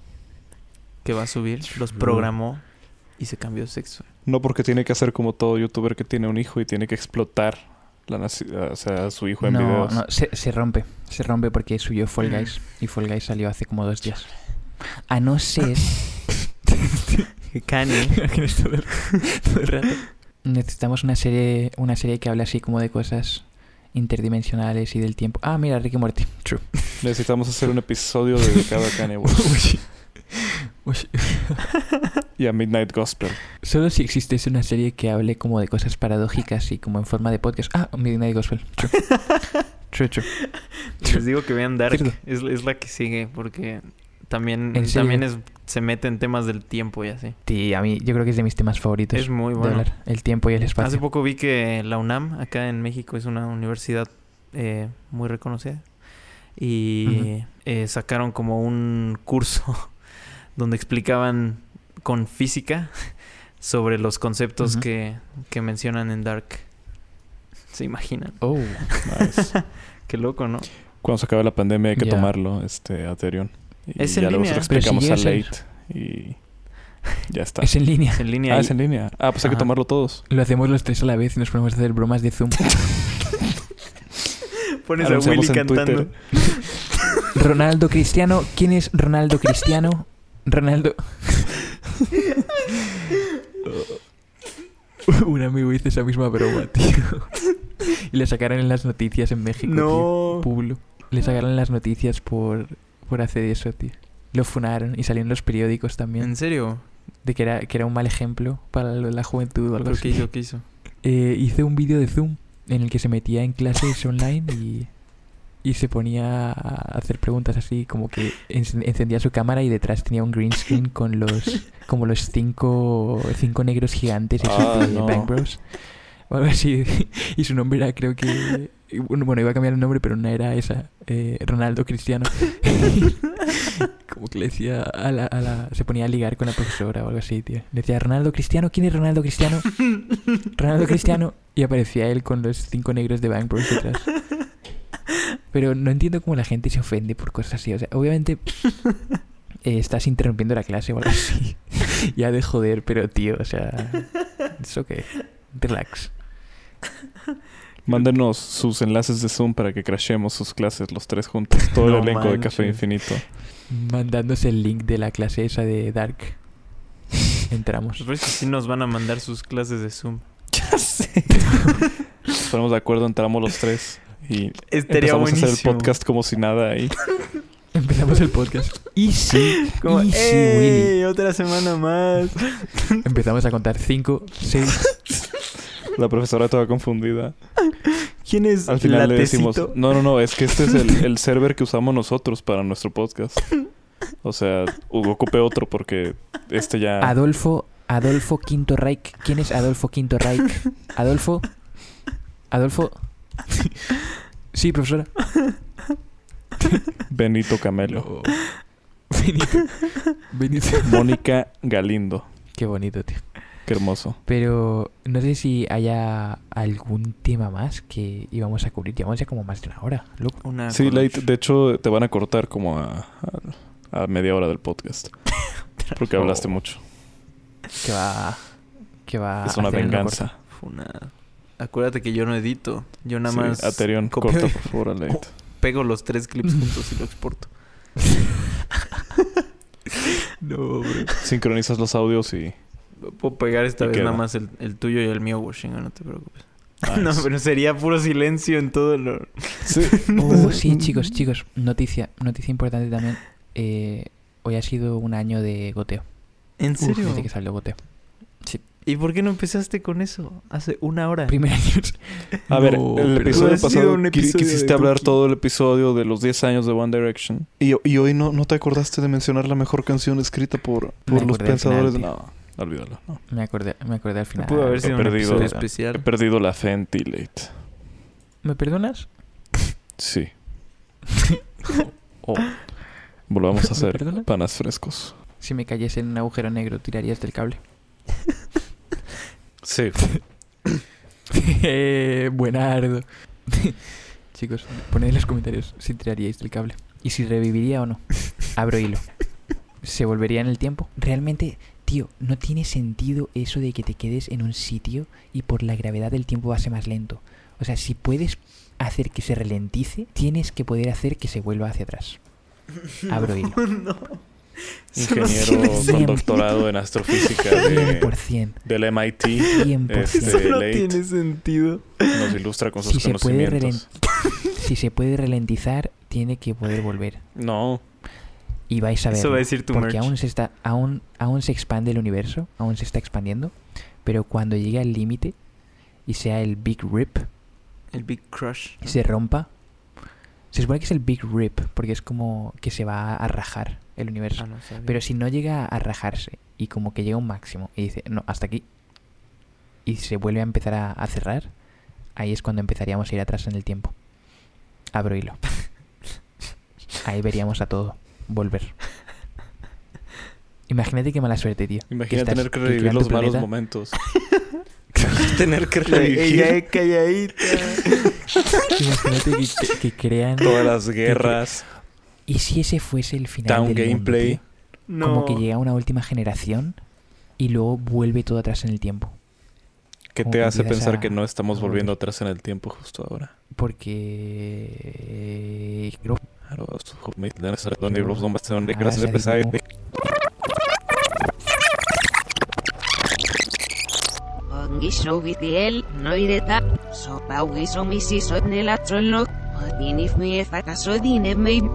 [SPEAKER 3] que va a subir? Los programó y se cambió de sexo.
[SPEAKER 4] No porque tiene que hacer como todo youtuber que tiene un hijo y tiene que explotar la naci- o sea, a su hijo en
[SPEAKER 2] No,
[SPEAKER 4] videos.
[SPEAKER 2] no, se, se rompe. Se rompe porque subió Fall Guys. Y Fall Guys salió hace como dos días. A no ser.
[SPEAKER 3] Que Kanye.
[SPEAKER 2] Imágenes todo el- todo el rato. Necesitamos una serie, una serie que hable así como de cosas interdimensionales y del tiempo. Ah, mira, Ricky Morty. True.
[SPEAKER 4] Necesitamos hacer un episodio dedicado a Kanye West y a Midnight Gospel.
[SPEAKER 2] Solo si existiese una serie que hable como de cosas paradójicas y como en forma de podcast. Ah, Midnight Gospel. True. True, true.
[SPEAKER 3] Les digo que vean Dark.
[SPEAKER 2] Cierto.
[SPEAKER 3] Es, es la que sigue porque también,
[SPEAKER 2] ¿En serio?
[SPEAKER 3] también es se mete en temas del tiempo y así.
[SPEAKER 2] Sí, a mí yo creo que es de mis temas favoritos.
[SPEAKER 3] Es muy
[SPEAKER 2] de
[SPEAKER 3] bueno.
[SPEAKER 2] hablar, el tiempo y el espacio.
[SPEAKER 3] Hace poco vi que la UNAM, acá en México, es una universidad eh, muy reconocida. Y
[SPEAKER 2] Ujú.
[SPEAKER 3] eh, sacaron como un curso donde explicaban con física sobre los conceptos
[SPEAKER 2] Ujú.
[SPEAKER 3] que, que mencionan en Dark. ¿Se imaginan?
[SPEAKER 2] Oh,
[SPEAKER 4] Nice.
[SPEAKER 3] Qué loco, ¿no?
[SPEAKER 4] Cuando se acabe la pandemia hay que
[SPEAKER 2] Ya.
[SPEAKER 4] tomarlo, este, Aterion. Y
[SPEAKER 3] Es en
[SPEAKER 4] ya luego
[SPEAKER 3] línea.
[SPEAKER 4] se lo explicamos
[SPEAKER 2] Pero
[SPEAKER 4] a
[SPEAKER 2] si llega
[SPEAKER 4] Late y ya está.
[SPEAKER 2] es en línea.
[SPEAKER 3] Es en línea.
[SPEAKER 4] Ah,
[SPEAKER 3] ahí.
[SPEAKER 4] es en línea. Ah, pues hay que
[SPEAKER 3] Ajá.
[SPEAKER 4] tomarlo todos.
[SPEAKER 2] Lo hacemos los tres a la vez y nos ponemos a hacer bromas de Zoom.
[SPEAKER 3] Pones a
[SPEAKER 4] Anunciamos
[SPEAKER 3] Willy
[SPEAKER 4] en
[SPEAKER 3] cantando.
[SPEAKER 4] Twitter.
[SPEAKER 2] Ronaldo Cristiano, ¿quién es Ronaldo Cristiano? Ronaldo. Un amigo hizo esa misma broma, tío. Y le sacaron en las noticias en México. tío.
[SPEAKER 3] No.
[SPEAKER 2] Pulo. Le sacaron en las noticias por, por hacer eso, tío. Lo funaron y salió en los periódicos
[SPEAKER 3] ¿En
[SPEAKER 2] también.
[SPEAKER 3] serio?
[SPEAKER 2] De que era, que era un mal ejemplo para lo de la juventud o algo
[SPEAKER 3] ¿Pero qué
[SPEAKER 2] así.
[SPEAKER 3] hizo? ¿Qué hizo?
[SPEAKER 2] Eh, hice un vídeo de Zoom en el que se metía en clases online y, y se ponía a hacer preguntas así, como que enc- encendía su cámara y detrás tenía un green screen con los como los cinco, cinco negros gigantes esos
[SPEAKER 4] Ah,
[SPEAKER 2] de
[SPEAKER 4] no.
[SPEAKER 2] Bang Bros. O algo así. Y su nombre era, creo que. Bueno, iba a cambiar el nombre, pero no era esa. eh, Ronaldo Cristiano. Como que le decía a la, a la- Se ponía a ligar con la profesora o algo así, tío. Le decía, Ronaldo Cristiano, ¿quién es Ronaldo Cristiano? Ronaldo Cristiano. Y aparecía él con los cinco negros de Bang Bros detrás. Pero no entiendo cómo la gente se ofende por cosas así. O sea, obviamente eh, estás interrumpiendo la clase o algo así. ya de joder, pero tío, o sea... It's okay. Relax.
[SPEAKER 4] Mándenos sus enlaces de Zoom para que crashemos sus clases los tres juntos. Todo
[SPEAKER 3] No
[SPEAKER 4] el elenco de Café
[SPEAKER 3] manches.
[SPEAKER 4] Infinito.
[SPEAKER 2] Mandándose el link de la clase esa de Dark.
[SPEAKER 3] Pues
[SPEAKER 2] Entramos.
[SPEAKER 3] parece que sí nos van a mandar sus clases de Zoom.
[SPEAKER 4] Nos ponemos de acuerdo, entramos los tres y
[SPEAKER 3] Estaría
[SPEAKER 4] empezamos
[SPEAKER 3] buenísimo.
[SPEAKER 4] a hacer el podcast como si nada ahí.
[SPEAKER 2] Empezamos el podcast. Y sí,
[SPEAKER 3] Como,
[SPEAKER 2] y sí, Willy.
[SPEAKER 3] "Ey, otra semana más.
[SPEAKER 2] Empezamos a contar 5, 6.
[SPEAKER 4] La profesora toda confundida.
[SPEAKER 3] ¿Quién es
[SPEAKER 4] Al final le decimos,
[SPEAKER 3] Latecito?
[SPEAKER 4] no, no, no, es que este es el, el server que usamos nosotros para nuestro podcast. O sea, u- ocupé otro porque este ya...
[SPEAKER 2] Adolfo, Adolfo Quinto Reich. ¿Quién es Adolfo Quinto Reich? Adolfo. Adolfo. Sí, profesora.
[SPEAKER 4] Benito Camelo.
[SPEAKER 2] Benito. Benito.
[SPEAKER 4] Mónica Galindo.
[SPEAKER 2] Qué bonito, tío.
[SPEAKER 4] Qué hermoso.
[SPEAKER 2] Pero no sé si haya algún tema más que íbamos a cubrir. Llevamos ya como más de una hora, loco.
[SPEAKER 3] Una
[SPEAKER 4] Sí,
[SPEAKER 3] collage.
[SPEAKER 4] Late, de hecho te van a cortar como a, a- a media hora del podcast. Porque hablaste mucho.
[SPEAKER 2] Que va. Que
[SPEAKER 3] Ah,
[SPEAKER 2] va.
[SPEAKER 4] es
[SPEAKER 2] a
[SPEAKER 4] una
[SPEAKER 2] hacer uno
[SPEAKER 4] venganza.
[SPEAKER 3] Fue una- Acuérdate que yo no edito. Yo nada
[SPEAKER 4] Sí,
[SPEAKER 3] más
[SPEAKER 4] Aterión,
[SPEAKER 3] copio-
[SPEAKER 4] corta por favor a Late.
[SPEAKER 3] pego los tres clips juntos y lo exporto.
[SPEAKER 2] corto. No, bro.
[SPEAKER 4] Sincronizas los audios y...
[SPEAKER 3] Puedo pegar esta
[SPEAKER 4] Y
[SPEAKER 3] vez
[SPEAKER 4] queda.
[SPEAKER 3] nada más el, el tuyo y el mío, Washington, no te preocupes.
[SPEAKER 4] Ah,
[SPEAKER 3] No,
[SPEAKER 4] es-
[SPEAKER 3] pero sería puro silencio en todo lo...
[SPEAKER 4] Sí.
[SPEAKER 2] Oh, sí, chicos, chicos. Noticia, noticia importante también. Eh, hoy ha sido un año de goteo.
[SPEAKER 3] ¿En
[SPEAKER 2] Uf,
[SPEAKER 3] serio?
[SPEAKER 2] Desde que salió goteo.
[SPEAKER 3] ¿Y por qué no empezaste con eso? Hace una hora.
[SPEAKER 2] Primer año.
[SPEAKER 4] A ver,
[SPEAKER 2] No,
[SPEAKER 4] el
[SPEAKER 2] pero-
[SPEAKER 4] episodio
[SPEAKER 3] Ha sido
[SPEAKER 4] pasado
[SPEAKER 3] un
[SPEAKER 4] qui-
[SPEAKER 3] episodio
[SPEAKER 4] quisiste
[SPEAKER 3] de
[SPEAKER 4] hablar
[SPEAKER 3] Tuki.
[SPEAKER 4] todo el episodio de los 10 años de One Direction. Y, y hoy no, no te acordaste de mencionar la mejor canción escrita por, por los
[SPEAKER 2] acordé al
[SPEAKER 4] pensadores. de
[SPEAKER 2] final,
[SPEAKER 4] no, olvídalo. no.
[SPEAKER 2] Me acordé, me acordé al final.
[SPEAKER 3] Pudo haber
[SPEAKER 4] he
[SPEAKER 3] sido un
[SPEAKER 4] perdido.
[SPEAKER 3] episodio
[SPEAKER 4] He
[SPEAKER 3] especial.
[SPEAKER 4] perdido la fe en ti, Late.
[SPEAKER 2] ¿Me perdonas?
[SPEAKER 4] Sí.
[SPEAKER 2] Oh.
[SPEAKER 4] Volvamos a hacer
[SPEAKER 2] perdonas?
[SPEAKER 4] panas frescos.
[SPEAKER 2] Si me cayese en un agujero negro, tirarías del cable.
[SPEAKER 4] Sí.
[SPEAKER 2] Eh, Buenardo. Chicos, poned en los comentarios si tiraríais del cable. Y si reviviría o no. Abro hilo. ¿Se volvería en el tiempo? Realmente, tío, no tiene sentido eso de que te quedes en un sitio y por la gravedad del tiempo va a ser más lento. O sea, si puedes hacer que se ralentice, tienes que poder hacer que se vuelva hacia atrás. Abro hilo.
[SPEAKER 3] no. Eso no
[SPEAKER 4] Ingeniero
[SPEAKER 3] tiene
[SPEAKER 4] con
[SPEAKER 2] sentido.
[SPEAKER 4] doctorado en astrofísica de,
[SPEAKER 2] 100%.
[SPEAKER 4] del MIT
[SPEAKER 2] 100%.
[SPEAKER 4] Este-
[SPEAKER 3] Eso no
[SPEAKER 4] Late.
[SPEAKER 3] tiene sentido.
[SPEAKER 4] nos ilustra con sus
[SPEAKER 2] Si se puede
[SPEAKER 4] conocimientos.
[SPEAKER 2] Si se puede ralentizar, tiene que poder volver.
[SPEAKER 4] No,
[SPEAKER 2] Y vais a ver.
[SPEAKER 3] Eso va a decir tu
[SPEAKER 2] porque
[SPEAKER 3] merch.
[SPEAKER 2] aún se está aún aún se expande el universo aún se está expandiendo pero cuando llegue al límite y sea el big rip
[SPEAKER 3] El Big Crush.
[SPEAKER 2] y se rompa Se supone que es el Big Rip, porque es como que se va a rajar el universo.
[SPEAKER 3] Ah, no sabía.
[SPEAKER 2] Pero si no llega a rajarse y como que llega a un máximo y dice, no, hasta aquí, y se vuelve a empezar a, a cerrar, ahí es cuando empezaríamos a ir atrás en el tiempo. Abro hilo. Ahí veríamos a todo volver. Imagínate qué mala suerte, tío.
[SPEAKER 4] Imagina
[SPEAKER 2] estás-
[SPEAKER 4] tener que
[SPEAKER 2] crean
[SPEAKER 4] revivir
[SPEAKER 2] tu
[SPEAKER 4] los malos
[SPEAKER 2] planeta.
[SPEAKER 4] momentos. tener que
[SPEAKER 3] Ella
[SPEAKER 4] revivir
[SPEAKER 3] es calladita.
[SPEAKER 2] Imagínate que, que- que crean.
[SPEAKER 4] todas las guerras,
[SPEAKER 2] ¿Y si ese fuese el final?
[SPEAKER 4] down
[SPEAKER 2] del mundo,
[SPEAKER 4] gameplay.
[SPEAKER 2] tío?
[SPEAKER 3] No.
[SPEAKER 2] Como que llega una última generación y luego vuelve todo atrás en el tiempo.
[SPEAKER 4] que
[SPEAKER 2] como
[SPEAKER 4] te
[SPEAKER 2] que
[SPEAKER 4] hace
[SPEAKER 2] empiezas
[SPEAKER 4] pensar
[SPEAKER 2] a-
[SPEAKER 4] que no estamos
[SPEAKER 2] a
[SPEAKER 4] volviendo
[SPEAKER 2] volver.
[SPEAKER 4] atrás en el tiempo justo ahora?
[SPEAKER 2] Porque. eh, creo- ah,
[SPEAKER 4] Ahora vas a dormir, te vas a dormir, los hombres se van a ir,
[SPEAKER 2] Ahora
[SPEAKER 4] gracias
[SPEAKER 2] se
[SPEAKER 4] a pesar de-
[SPEAKER 2] dijo-
[SPEAKER 1] Ongisho Vitiel, Noireta, e Sopa Wiso Misisot Nelatron Odinif Miefakasodin Emmeim,